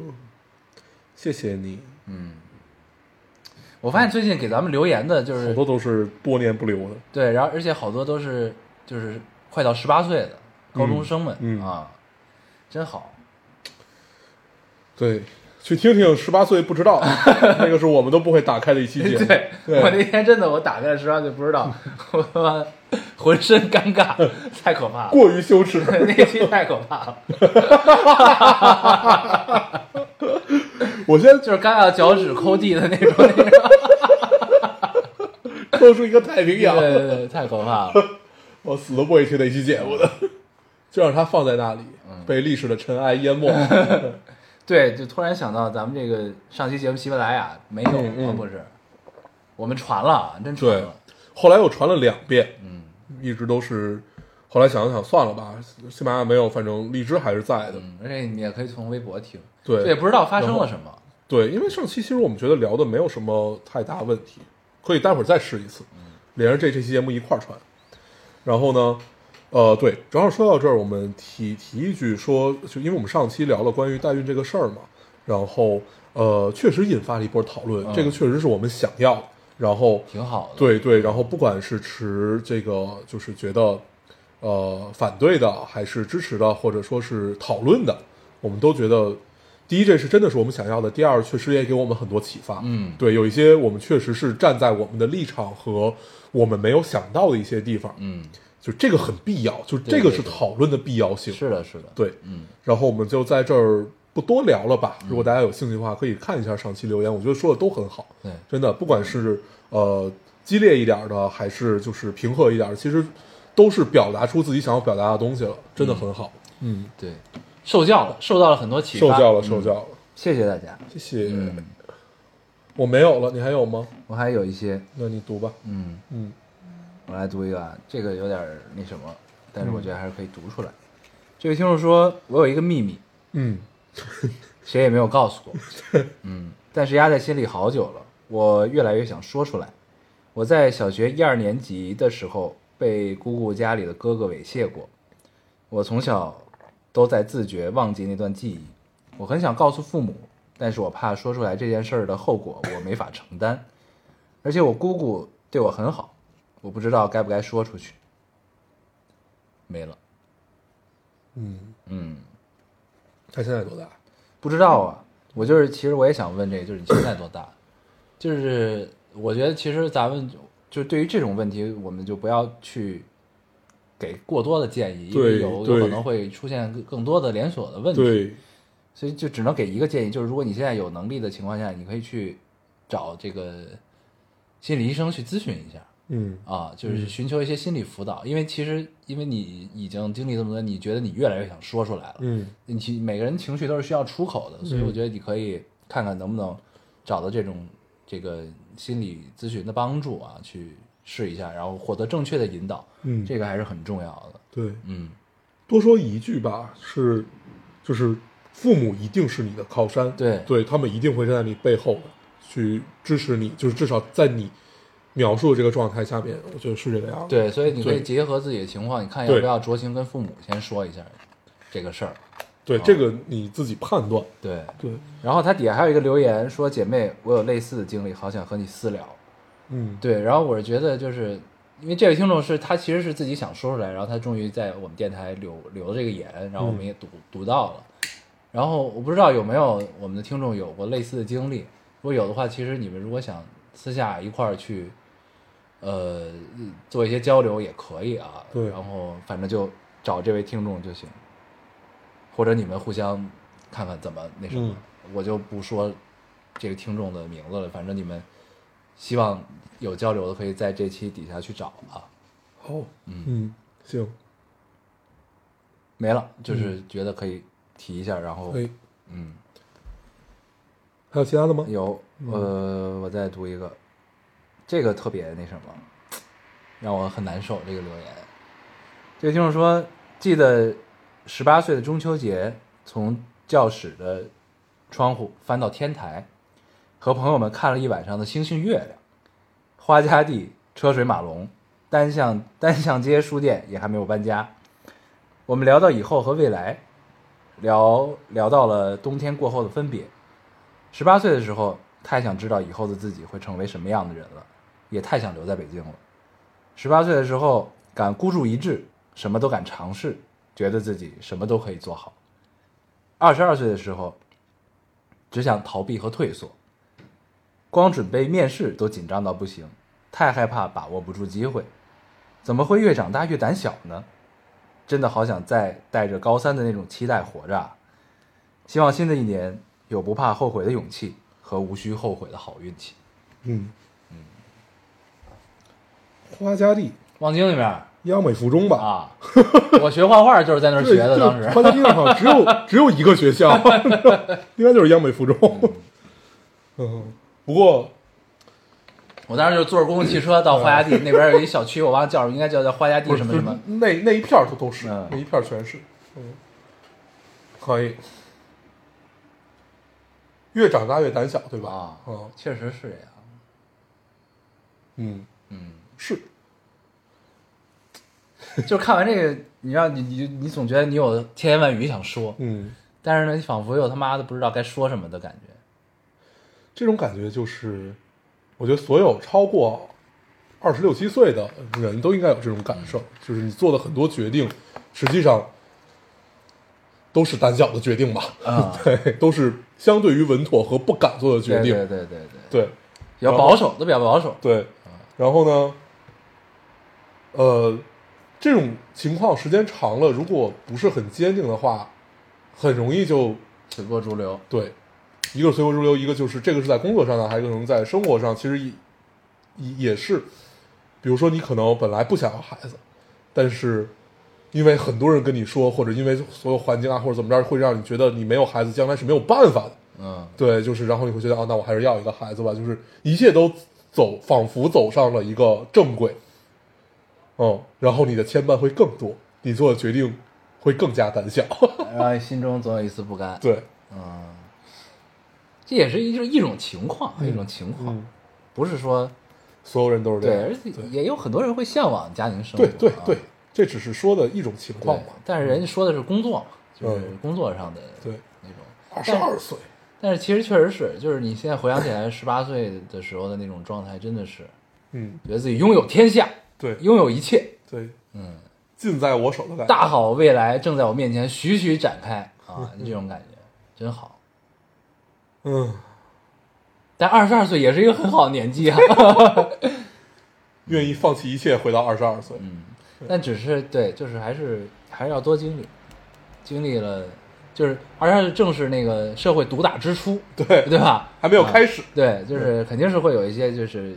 谢谢你，
我发现最近给咱们留言的就
好
是
多都是多年不留的。
对，然后而且好多都是就是快到十八岁的高中生们、
嗯嗯
啊，真好。
对，去听听十八岁不知道， 那个是我们都不会打开的一期 节目。
对我那天真的我打开了十八岁不知道，我他妈浑身尴尬，太可怕了。
过于羞耻。
那期太可怕了，
我现在
就是尴尬脚趾抠地的那种。那种
抠出一个太平
对
洋，
对对，太可怕了。
我死都不会听那期节目的， 就让它放在那里，被历史的尘埃淹 没。
对，就突然想到咱们这个上期节目喜马拉雅没有，
嗯嗯
啊不是，我们传了，真传
对
了。，
后来又传了两遍，嗯，一直都是，后来想了想，算了吧，喜马拉雅没有，反正荔枝还是在的。
嗯，而且你也可以从微博听，
对
也不知道发生了什么。
对，因为上期其实我们觉得聊的没有什么太大问题，可以待会儿再试一次。连着这这期节目一块儿传。然后呢，呃，对，正好说到这儿，我们提提一句说，就因为我们上期聊了关于代孕这个事儿嘛，然后呃，确实引发了一波讨论，
嗯
这个确实是我们想要的，然后
挺好的。，
对对，然后不管是持这个就是觉得呃反对的，还是支持的，或者说是讨论的，我们都觉得，第一这是真的是我们想要的，第二确实也给我们很多启发。
嗯
对，有一些我们确实是站在我们的立场和我们没有想到的一些地方，
嗯，
就这个很必要，就
对
这个
对
是
对
讨论的必要性。
是的，是的，
对，
嗯，
然后我们就在这儿不多聊了吧。如果大家有兴趣的话，可以看一下上期留言，我觉得说的都很好。
对，
真的，不管是呃激烈一点的，还是就是平和一点的，其实都是表达出自己想要表达的东西了，真的很好。嗯，
对，受教了，受到了很多启发，
受教了，受教了，
谢谢大家。
谢谢。
嗯，
我没有了，你还有吗？
我还有一些，
那你读吧。
嗯，
嗯，
我来读一个，啊，这个有点儿那什么，但是我觉得还是可以读出来。这位听众说，我有一个秘密，
嗯，
谁也没有告诉我。嗯，但是压在心里好久了，我越来越想说出来。我在小学一二年级的时候被姑姑家里的哥哥猥亵过，我从小都在自觉忘记那段记忆。我很想告诉父母，但是我怕说出来这件事儿的后果我没法承担，而且我姑姑对我很好，我不知道该不该说出去。没了，
嗯，
嗯。
他现在多大？
不知道啊，我就是其实我也想问这个，就是你现在多大？ 就是我觉得其实咱们就就是对于这种问题，我们就不要去给过多的建议，因为
对
有有
对
可能会出现更更多的连锁的问题，
对，
所以就只能给一个建议，就是如果你现在有能力的情况下，你可以去找这个心理医生去咨询一下。
嗯，
啊，就是寻求一些心理辅导，因为其实因为你已经经历这么多，你觉得你越来越想说出来了，
嗯，
你其每个人情绪都是需要出口的，所以
嗯
我觉得你可以看看能不能找到这种这个心理咨询的帮助啊，去试一下，然后获得正确的引导，
嗯
这个还是很重要的。
对，
嗯，
多说一句吧，是，就是父母一定是你的靠山，
对
对他们一定会站在你背后的去支持你，就是至少在你描述的这个状态下面，我觉得是这个样子。，
对，所以你可以
对
结合自己的情况，你看要
对
不要酌情跟父母先说一下这个事儿。
对，这个你自己判断。
对，
对，
然后他底下还有一个留言说：“姐妹，我有类似的经历，好想和你私聊。”
嗯，
对，然后我是觉得就是因为这位听众是他其实是自己想说出来，然后他终于在我们电台留留了这个言，然后我们也读、读到了。然后我不知道有没有我们的听众有过类似的经历，如果有的话，其实你们如果想私下一块儿去，呃，做一些交流也可以啊。
对
然后反正就找这位听众就行，或者你们互相看看怎么那什么，我就不说这个听众的名字了，反正你们希望有交流的可以在这期底下去找啊。
好，嗯，行，
没了，就是觉得可以提一下，然后
可以。
嗯，
还有其他的吗？
有呃，我再读一个，这个特别那什么，让我很难受。这个留言，这个听众说，记得十八岁的中秋节，从教室的窗户翻到天台，和朋友们看了一晚上的星星、月亮，花家地车水马龙，单向单向街书店也还没有搬家。我们聊到以后和未来，聊聊到了冬天过后的分别。十八岁的时候，太想知道以后的自己会成为什么样的人了，也太想留在北京了。十八岁的时候，敢孤注一掷，什么都敢尝试，觉得自己什么都可以做好。二十二岁的时候，只想逃避和退缩，光准备面试都紧张到不行，太害怕把握不住机会。怎么会越长大越胆小呢？真的好想再带着高三的那种期待活着啊。希望新的一年有不怕后悔的勇气和无需后悔的好运气。
嗯，花家地
望京那边
央美附中吧。
啊， 我学画画就是在那儿学的，
对
当时
对 花家地好像只有只有一个学校，应该就是央美附中。嗯，不过
我当时就坐着公共汽车到花家地那边有一小区，我忘了叫什么，应该叫叫花家地
不是
什么
就
什
是
么。
那那一片儿都都是，
嗯
那一片儿全是。嗯，可以。越长大越胆小，对吧？
啊
嗯，
确实是这样。
嗯，
嗯，
是，
就是看完这个，你让你你你总觉得你有千言万语想说，
嗯，
但是呢，你仿佛又他妈的不知道该说什么的感觉。
这种感觉就是，我觉得所有超过二十六七岁的人都应该有这种感受，就是你做的很多决定，实际上都是胆小的决定吧，
啊
对，都是相对于稳妥和不敢做的决定，
对对对对对，
对啊
比较保守，都比较保守。
对，然后呢，呃，这种情况时间长了，如果不是很坚定的话，很容易就
随波逐流，
对，一个是随波逐流，一个就是这个是在工作上呢，还有一个可能在生活上，其实也也也是，比如说你可能本来不想要孩子，但是因为很多人跟你说，或者因为所有环境啊，或者怎么着，会让你觉得你没有孩子将来是没有办法的。
嗯，
对，就是然后你会觉得啊，那我还是要一个孩子吧，就是一切都走，仿佛走上了一个正轨，嗯，然后你的牵绊会更多，你做的决定会更加胆小，
然后哎心中总有一丝不甘。
对，
这也是一就是一种情况，一种情况，
嗯，
不是说
所有人都是这
对，
样
而，且也有很多人会向往家庭生活
对
啊，
对对，这只是说的一种情况
对
嘛，，
但是人家说的是工作嘛，就是
嗯
工作上的
对，
那种。
二十二岁，
但是其实确实是，就是你现在回想起来，十八岁的时候的那种状态，真的是
嗯，
觉得自己拥有天下，
对
拥有一切，
对，
嗯，
尽在我手的感觉，
大好未来正在我面前徐徐展开啊，这种感觉真好。
嗯，
但二十二岁也是一个很好的年纪啊，
愿意放弃一切回到二十二岁，
嗯但只是对，就是还是还是要多经历，经历了，就是而且正是那个社会毒打之初，
对
对吧？
还没有开始
啊对，就是肯定是会有一些就是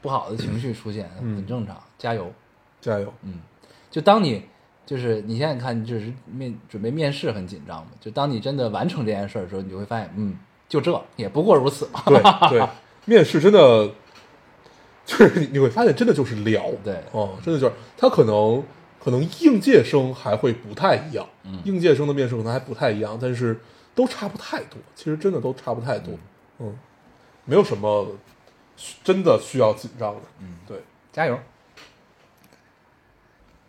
不好的情绪出现，很正常，加油。
加油，
就当你就是你现在看，你只是面准备面试很紧张嘛，就当你真的完成这件事儿的时候，你就会发现，嗯，就这也不过如此 嘛。
对对，面试真的就是你你会发现，真的就是聊，
对
哦，真的就是他可能可能应届生还会不太一样，嗯，应届生的面试可能还不太一样，但是都差不太多，其实真的都差不太多，嗯，没有什么需真的需要紧张的，嗯，对，
加油。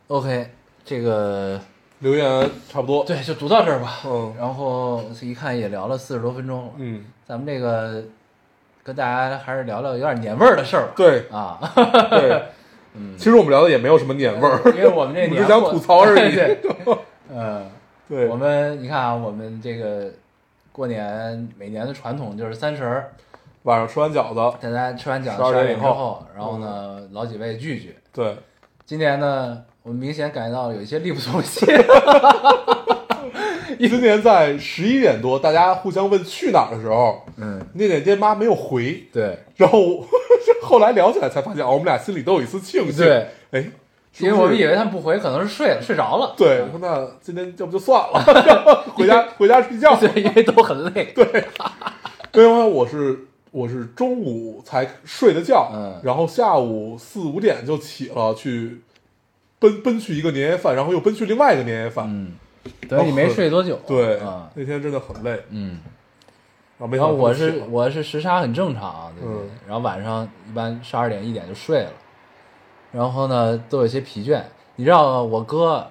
OK，这个
留言差不多，，
对就读到这儿吧。
嗯
然后一看也聊了四十多分钟了，
嗯，
咱们这个跟大家还是聊聊有点年味儿的事儿吧。
对
啊，
对，嗯，其实我们聊的也没有什么年味儿，
因为我们这
我
年
们只想
货
吐槽而 已，
对，嗯。
对，
我们你看啊，我们这个过年每年的传统就是三十儿，
晚上吃完饺子，
大家吃完饺子
12
12
点
点
以
之
后嗯
后，然后呢，老几位聚聚。
对，
今年呢，我们明显感觉到有一些力不从 心，
今年在十一点多，大家互相问去哪儿的时候，
嗯，
那点爹妈没有回，
对，
然后我 后来聊起来才发现，哦，我们俩心里都有一丝庆幸。
对，
哎，是不是
因为我们以为他们不回，可能是睡了，睡着了，
对，我说那今天要不就算了， 回家回家睡觉。
对，因为都很累，对，
因为我是我是中午才睡的觉，
嗯
然后下午四五点就起了去奔奔去一个年夜饭，然后又奔去另外一个年夜饭。
嗯，等于你没睡多久，
对，
啊，
那天真的很累，
嗯，
然后没
然
想
后我
到他们
是
醒了
我是时差很正常啊，对对对
嗯
然后晚上一般十二点一点就睡了，然后呢都有些疲倦。你知道我哥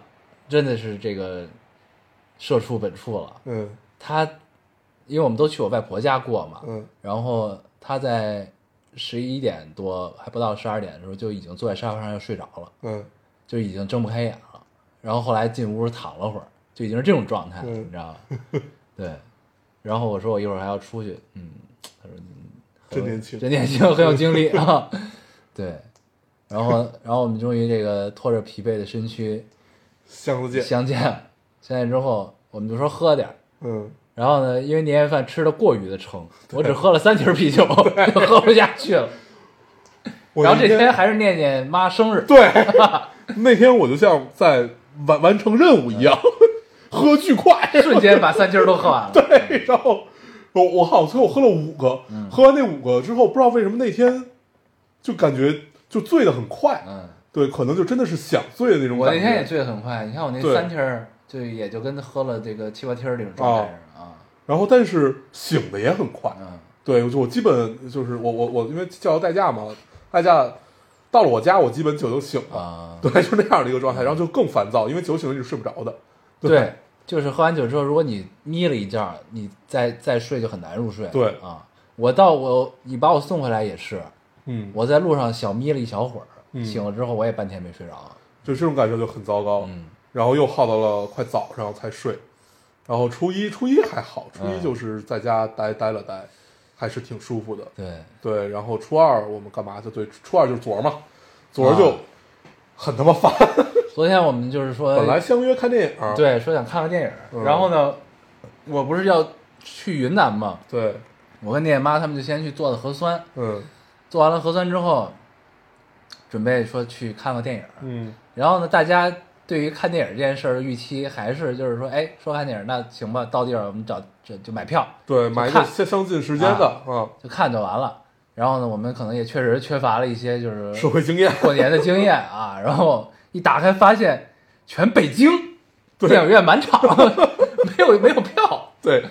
真的是这个社畜本畜了，
嗯
他因为我们都去我外婆家过嘛，
嗯
然后他在十一点多还不到十二点的时候就已经坐在沙发上要睡着了，
嗯
就已经睁不开眼了。然后后来进屋躺了会儿，就已经是这种状态了，
嗯
你知道吧？ 对。然后我说我一会儿还要出去，嗯，他说嗯
真 年轻
真年轻，很有精力啊。对。然后，然后我们终于这个拖着疲惫的身躯
箱子见，
相见了。相见之后，我们就说喝点儿。
嗯，
然后呢，因为年夜饭吃的过于的撑，我只喝了三瓶啤酒，就喝不下去了。
我
然后
那
这天还是念念妈生日，
对， 那天我就像在完完成任务一样，
嗯
喝巨快，
瞬间把三斤儿都喝完了。对，
对，然后我我好像最后喝了五个，
嗯
喝完那五个之后，不知道为什么那天就感觉就醉得很快，
嗯，
对，可能就真的是想醉的那种
我
感觉。
那天也醉得很快，你看我那
对
三天儿，就也就跟喝了这个七八天儿那种
哦
状态似的啊，
然后但是醒的也很快，
嗯
对，我就我基本就是我我我因为叫了代驾嘛，代驾到了我家，我基本酒就醒了，
啊，
对，就那样的一个状态，然后就更烦躁，因为酒醒了你是睡不着的，
对，就是喝完酒之后，如果你眯了一觉，你再再睡就很难入睡。
对
啊，我到我你把我送回来也是，
嗯，
我在路上小眯了一小会儿，
嗯
醒了之后我也半天没睡着。
就这种感受就很糟糕，
嗯，
然后又耗到了快早上才睡，然后初一初一还好，初一
嗯
就是在家待待了待，还是挺舒服的，
对，
对，然后初二我们干嘛就对，初二就是昨儿嘛，昨儿就
啊
很他妈烦，
昨天我们就是说，
本来相约看电影儿，
对说想看个电影，
嗯
然后呢，我不是要去云南嘛，
对，
我跟聂妈他们就先去做的核酸，
嗯
做完了核酸之后，准备说去看个电影，
嗯
然后呢，大家对于看电影这件事儿的预期还是就是说，哎，说看电影那行吧，到地儿我们找就就买票
对，
就
买一个
看
相相近时间的啊，
就看就完了。然后呢，我们可能也确实缺乏了一些就是
啊 社会经验，
过年的经验啊。然后一打开发现，全北京电影院满场，没有没有票，
对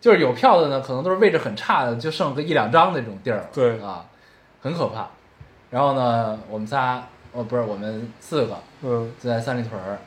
就是有票的呢，可能都是位置很差的，就剩个一两张那种地儿了。
对
啊，很可怕。然后呢，我们仨哦不是我们四个
嗯，
就在三里屯儿，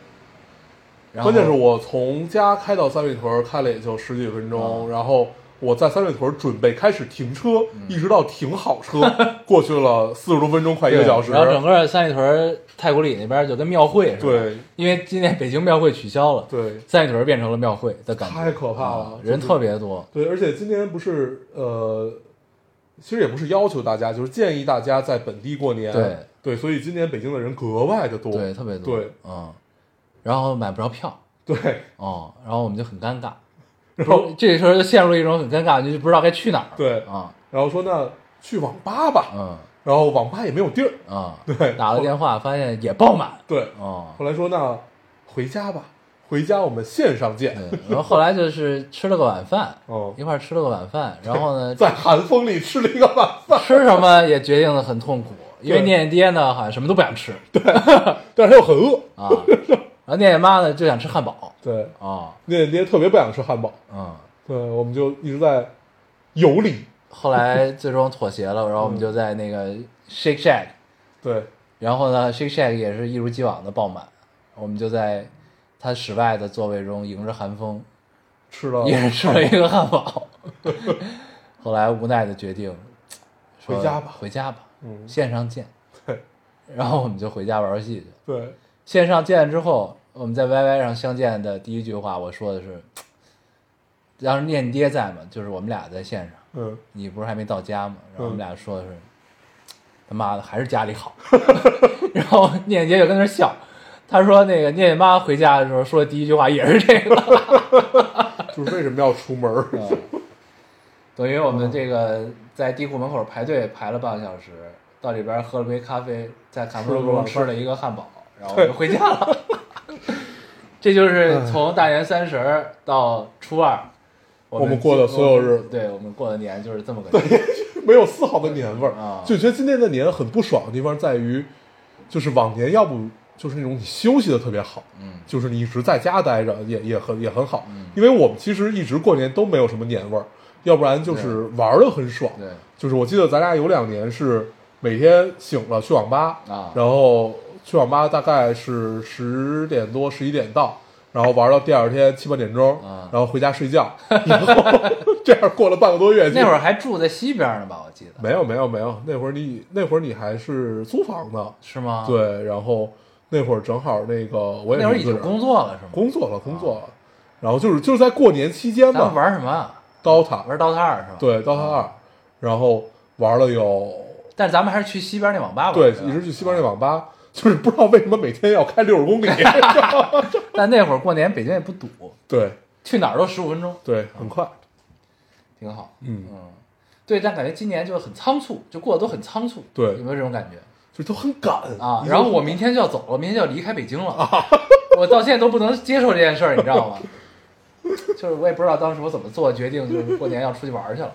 然后
关键是我从家开到三里屯儿开了也就十几分
啊
钟，然后我在三里屯儿准备开始停车，
嗯
一直到停好车，过去了四十多分钟，快一个小时
然，后整个三里屯儿太古里那边儿就跟庙会似的，
对
因为今年北京庙会取消了，
对
三里屯儿变成了庙会的感觉，
太可怕
啊
了，
人
就是
特别多，
对，而且今年不是呃，其实也不是要求大家，就是建议大家在本地过年。
对
所以今年北京的人格外的多。
对，特别多，
对，
嗯，然后买不着票，
对
哦，然后我们就很尴尬，
然后
不是这时候就陷入了一种很尴尬，就是不知道该去哪儿，
对
啊，
然后说那去网吧吧，
嗯
然后网吧也没有地儿。
啊，
对
打了电话发现也爆满，
对，
哦，
后来说那回家吧，回家我们线上见
对。，然后后来就是吃了个晚饭，
哦
一块儿吃了个晚饭，然后 呢，
在寒风里吃了一个晚饭，
吃什么也决定的很痛苦，因为
对
念念爹呢好像什么都不想吃
但是他又很饿。
啊， 然后念念妈呢就想吃汉堡
对，
啊，
那爹特别不想吃汉堡。
嗯，
对，我们就一直在游离。
后来最终妥协了，然后我们就在那个 Shake Shack，
对，
然后呢 Shake Shack 也是一如既往的爆满，我们就在它室外的座位中迎着寒风，
吃了
一人吃了一个汉 堡，后来无奈的决定说
回家吧
回家吧，
嗯
线上见，
对
然后我们就回家玩游戏去。
对
线上见之后，我们在 YY 上相见的第一句话，我说的是，当时念爹在嘛，就是我们俩在线上，
嗯。
你不是还没到家吗？然后我们
嗯
俩说的是，他妈的还是家里好。 然后念姐就跟那儿笑，他说那个念念妈回家的时候说的第一句话也是这个，
就是为什么要出门儿？
等于我们这个在地库门口排队排了半个小时，到里边喝了杯咖啡，在卡布
吃
罗
了个晚
宫
饭
吃了一个汉堡，然后我就回家了。 这就是
哎
从大年三十儿到初二，我
我们过的所有日子
对我们过的年就是这么个年。
没有丝毫的年味儿
啊
就觉得今年的年很不爽的地方在于，就是往年要不就是那种你休息的特别好，
嗯，
就是你一直在家待着也也很也很好，因为我们其实一直过年都没有什么年味儿，要不然就是玩的很爽。
对，
就是我记得咱俩有两年是每天醒了去网吧
啊
然后去网吧大概是十点多十一点到，然后玩到第二天七八点钟，
啊
然后回家睡觉，然后 这样过了半个多月。
那会儿还住在西边呢吧？我记得
没有没有没有，那会儿你那会儿你还是租房呢，
是吗？，
对，然后那会儿正好那个我也
啊那会儿
是
已
自
经
个儿
工作了是吗？
工作了工作了，然后就是就是在过年期间
咱们
嘛
玩啊什么啊？
，DOTA
玩 DOTA 二是吧？，
对 DOTA 二，然后玩了有
但是咱们还是去西边那网吧玩。
对
是吧
一直去西边那网吧，就是不知道为什么每天要开六 十公里，
但那会儿过年北京也不堵，
对
去哪儿都十五分钟，
对，很快，
挺好。
嗯，
嗯，对，但感觉今年就很仓促，就过得都很仓促。
对
有没有这种感觉
就是都很赶
啊？然后我明天就要走了，明天就要离开北京
啊
了，我到现在都不能接受这件事儿，你知道吗？ 就是我也不知道当时我怎么做决定，就是过年要出去玩儿去了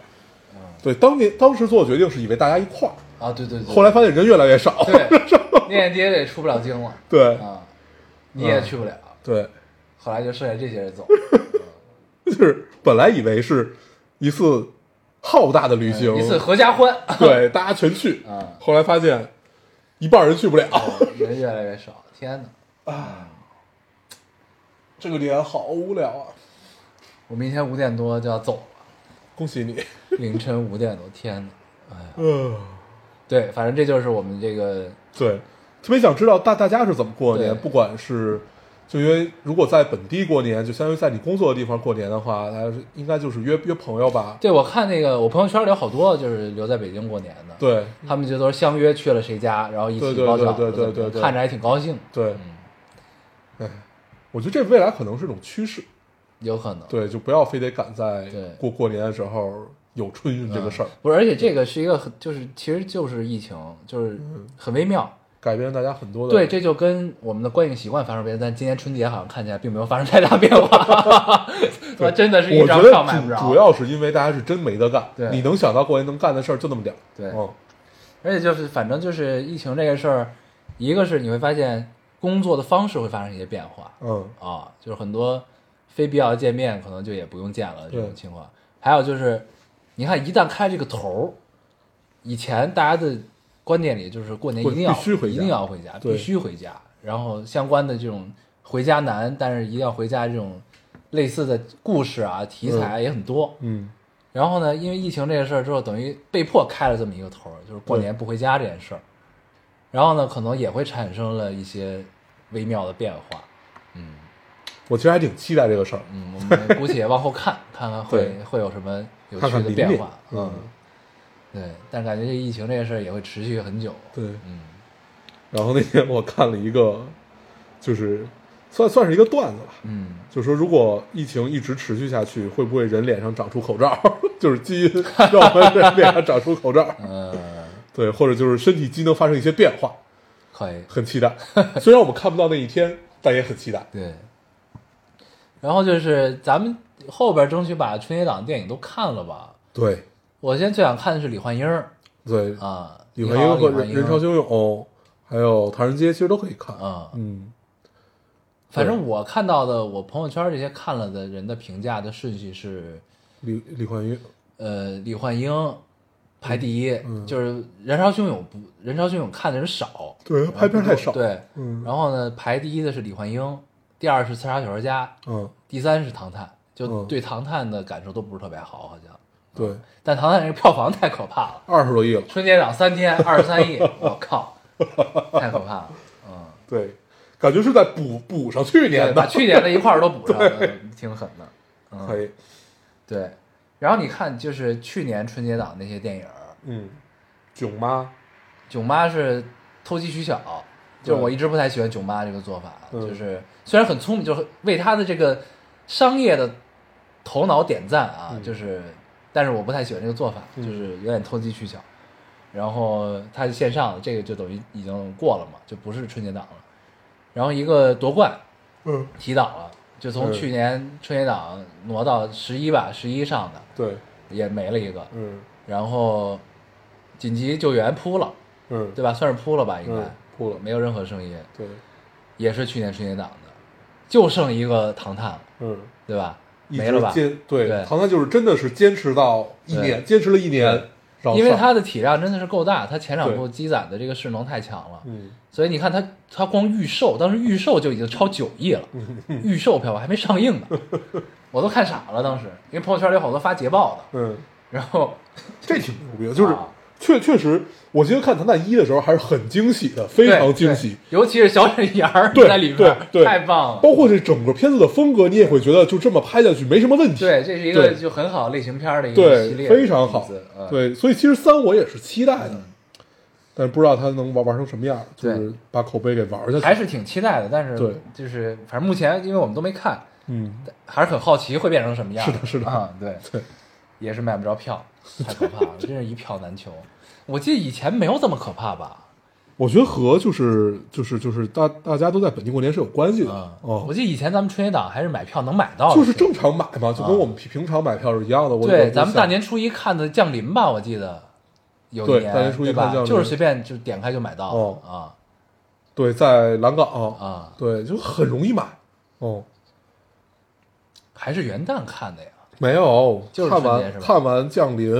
对当年当时做决定是以为大家一块儿，
啊！对对对，
后来发现人越来越少，
对，念念爹也出不了京了
对
啊，你也
嗯
去不了，
对。
后来就剩下这些人走。
就是本来以为是一次浩大的旅行，
一次合家欢，
对大家全去
啊，
后来发现一半人去不了。
哦人越来越少，天哪！
这个点好无聊啊！
我明天五点多就要走了，
恭喜你，
凌晨五点多，天哪！
嗯，
对，反正这就是我们这个
对，特别想知道大大家是怎么过年，
对
不管是就因为如果在本地过年，就相当于在你工作的地方过年的话，大家是应该就是约约朋友吧？
对，我看那个我朋友圈里有好多就是留在北京过年的，
对
他们就都是相约去了谁家，然后一
对
起
对
包饺
对
子，
对对
怎么样
对对
看着还挺高兴，
对，哎，我觉得这未来可能是一种趋势，
有可能。
对，就不要非得赶在
对嗯
过过年的时候有春运这个事儿，
不是，而且这个是一个很，就是其实就是疫情，就是很微妙。
改变了大家很多的
对，这就跟我们的观影习惯发生变化，但今年春节好像看起来并没有发生太大变 化。我真的是一
我觉
张
得
票买不着。
主主要是因为大家是真没得干，
对
你能想到过年能干的事儿就那么点儿。
对
嗯，
而且就是反正就是疫情这个事儿，一个是你会发现工作的方式会发生一些变化
嗯，
啊，就是很多非必要的见面可能就也不用见了这种
对
情况。还有就是，你看一旦开这个头儿，以前大家的观念里就是过年
过
一定要
必须回家
一定要回家，
对
必须回家，然后相关的这种回家难，但是一定要回家这种类似的故事啊题材也很多，
嗯，
然后呢，因为疫情这个事儿之后，等于被迫开了这么一个头儿，就是过年不回家这件事儿。然后呢，可能也会产生了一些微妙的变化。
我其实还挺期待这个事儿，
嗯，我们姑且往后看看看会
对
会有什么有
看
趣
看
的
明
变
年
化。。
嗯，
对，但感觉这疫情这个事儿也会持续很久。
对。
嗯，
然后那天我看了一个，就是算算是一个段子吧，
嗯，，
就说如果疫情一直持续下去，会不会人脸上长出口罩？ 就是基因让我们人脸上长出口罩
呃，
对，或者就是身体机能发生一些变化，
可以。
很期待。 虽然我们看不到那一天，但也很期待。
对。然后就是咱们后边争取把春节档电影都看了吧。
对，
我现在最想看的是李焕英儿
对，
啊，
李
你
焕
好
英和啊
李焕
人
英
人潮汹涌，还有唐人街，其实都可以看。
啊
嗯，
反正我看到的，我朋友圈这些看了的人的评价的顺序是，
李李焕英，
呃，李焕英排第一，
嗯
就是人潮汹涌不人潮汹涌看的人少，
对，拍片太少。，
对，
嗯
然后呢，排第一的是李焕英，第二是刺杀小说家，
嗯，
第三是唐探，就
嗯
对唐探的感受都不是特别好，好像，
对，
但唐探这个票房太可怕了，
啊二十多亿了。
春节档三天二十 三亿，我靠，太可怕了，嗯，
对，感觉是在补补上去
对，
年
把
的。
去年的一块儿都补 上了，挺狠的，嗯
可以，
对，然后你看，就是去年春节档那些电影儿，
嗯，囧妈，
《囧妈》是投机取巧，就是
对
我一直不太喜欢《囧妈》这个做法，
嗯
就是虽然很聪明，就是为他的这个商业的头脑点赞啊，
嗯
就是，但是我不太喜欢这个做法，就是有点投机取巧。然后它是线上的，这个就等于已经过了嘛，就不是春节档了。然后一个夺冠
嗯，
提档了，就从
嗯
去年春节档挪到十一吧，十一上的
对，
也没了一个，
嗯
然后紧急救援扑了，
嗯，
对吧？算是扑了吧，应该、
嗯扑了
没有任何声音，
对，
也是去年春节档的，就剩一个唐探了，
嗯，
对吧？
一
没
直
了吧？
坚对
对，
唐探就是真的是坚持到一
对
年，坚持了一年，然后
因为
上
它的体量真的是够大，它前两
对
部积攒的这个势能太强了，
嗯
所以你看它，它光预售当时预售就已经超九亿 了，预售票房还没上映呢，我都看傻了当时，因为朋友圈里有好多发捷报的，
嗯，
然后
这挺牛逼的，就是
啊
确确实，我记得看唐探一的时候还是很惊喜的， 非
对
常惊
对
喜。
尤其是小沈阳儿
对
在里边
对
儿，
对
太棒了。
包括这整个片子的风格，你也会觉得就这么拍下去没什么问题。
对，这是一个
对
就很好类型片儿的一个
对
系列，
非常好
例子嗯、。
对，所以其实三我也是期待的，但是不知道他能玩玩成什么样，就
对
是把口碑给玩下去。
还是挺期待的，但
对
是就是反正目前因为我们都没看，
嗯，
还是很好奇会变成什么样。
是的是的
啊、对
对，
也是买不着票，太可怕了，真是一票难求。我记得以前没有这么可怕吧？
我觉得和就是就是就是大大家都在本地过年是有关系的
啊、我
哦，
记得以前咱们春节档还是买票能买到的，
就是正常买嘛，就
啊
跟我们平平常买票是一样的。我
对，
我
咱们大
想
年初一看的《降临》吧，我记得有一
对
年
大年初一
对吧
看降临
就是随便就点开就买到了、
哦对在蓝港
啊啊，
对就很容易买哦。
还是元旦看的呀。
没有，
就是
看
春节是
完
吧
看完《降临》，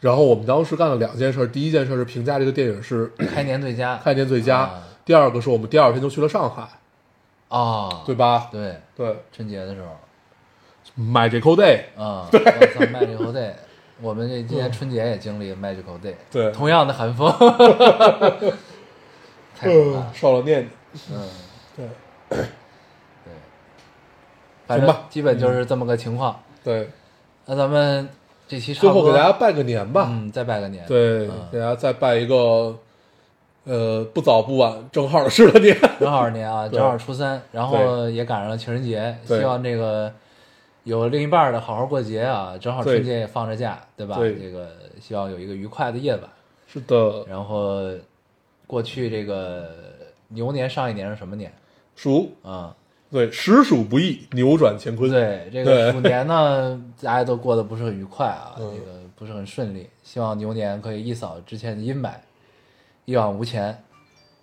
然后我们当时干了两件事，第一件事是评价这个电影是
开年最佳，
看见最佳，
啊
第二个是我们第二天就去了上海，
啊，
对吧？
对，
对
春节的时候
，Magical Day，
啊，对，Magical Day，我们这今年春节也经历 Magical Day，
对
同样的寒风，太可怕
嗯
了，，
少了念念，
嗯，
对
对，反正
行吧嗯
基本就是这么个情况。
对，
那咱们这期差
最
不
后
多
给大家拜个年吧，
嗯再拜个年，
对，
嗯
给大家再拜一个，呃，不早不晚，正好是个年，
正好是年啊，正好是初三，然后也赶上了情人节，
对
希望这个有另一半儿的好好过节啊，正好
对
春节也放着假，对吧？
对
这个希望有一个愉快的夜晚。
是的，
然后过去这个牛年上一年是什么年
鼠，
啊？
对，实属不易，扭转乾坤，
对，这个
对
鼠年呢，大家都过得不是很愉快啊，
嗯
这个不是很顺利。希望牛年可以一扫之前的阴霾，一往无前，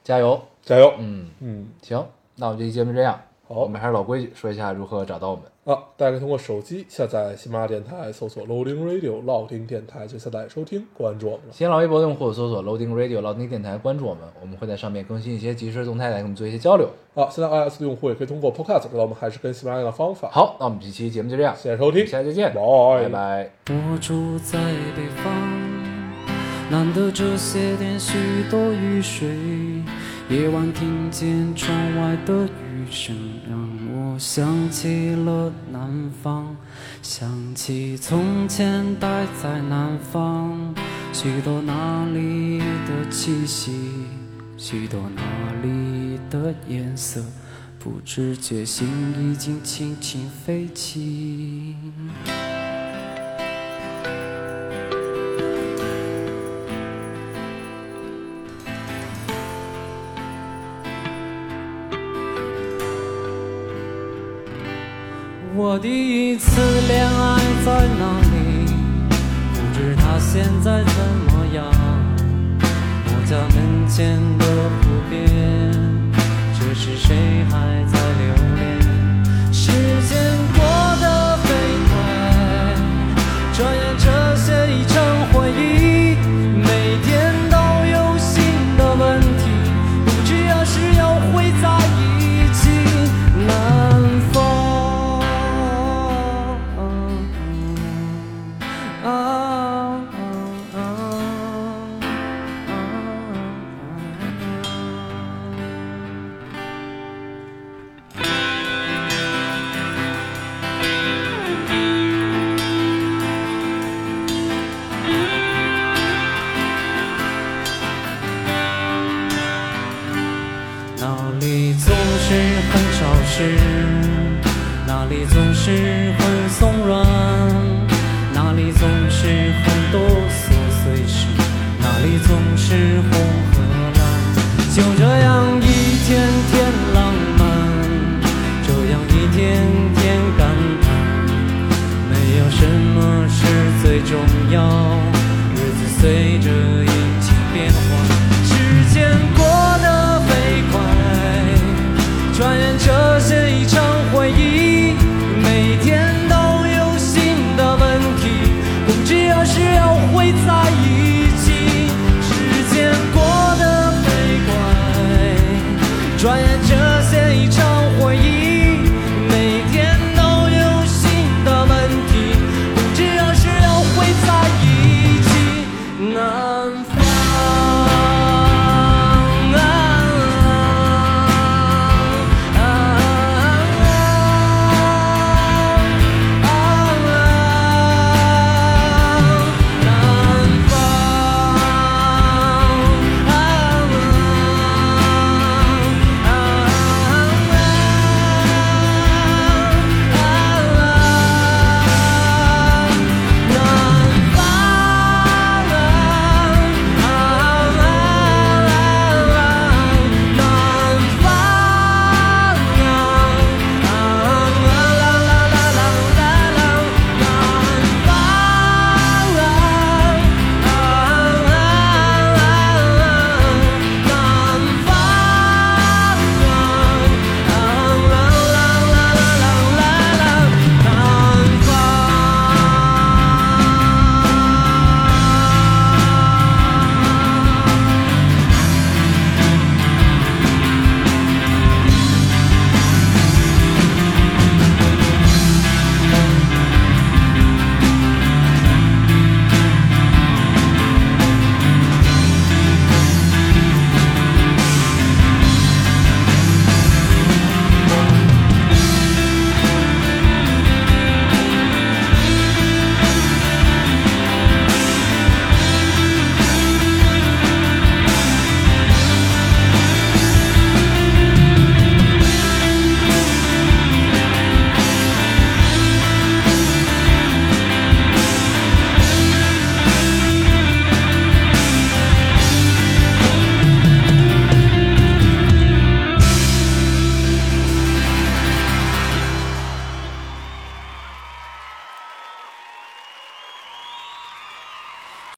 加油！
加油，
嗯，
嗯
行，那我们这期节目这样，
好
我们还是老规矩，说一下如何找到我们。
啊，大家可以通过手机下载喜马拉雅电台，搜索 Loading Radio 老丁电台就下载收听，关注我们了。
新浪微博用户搜索 Loading Radio 老丁电台，关注我们，我们会在上面更新一些即时动态，来跟我们做一些交流。
啊，现在 iOS 的用户也可以通过 Podcast 找到我们，还是跟喜马拉雅的方法。，
好，那我们这期节目就这样，
谢谢收听，
下期再见，
拜
拜拜。
我住在北方，难得这些天许多雨水。夜晚听见窗外的雨声，让我想起了南方，想起从前待在南方，许多那里的气息，许多那里的颜色，不知觉心已经轻轻飞起。我第一次恋爱在哪里？不知她现在怎么样。我家门前的湖边，这时谁还在留恋？时间过得飞快，转眼这些已成回忆。每天都有新的问题，不知何时又会在一起。南方。啊啊啊那里总是很潮湿，那里总是很松软，那里总是很多琐碎事，那里总是红和蓝。就这样一天天浪漫，这样一天天感叹。没有什么是最重要，日子随着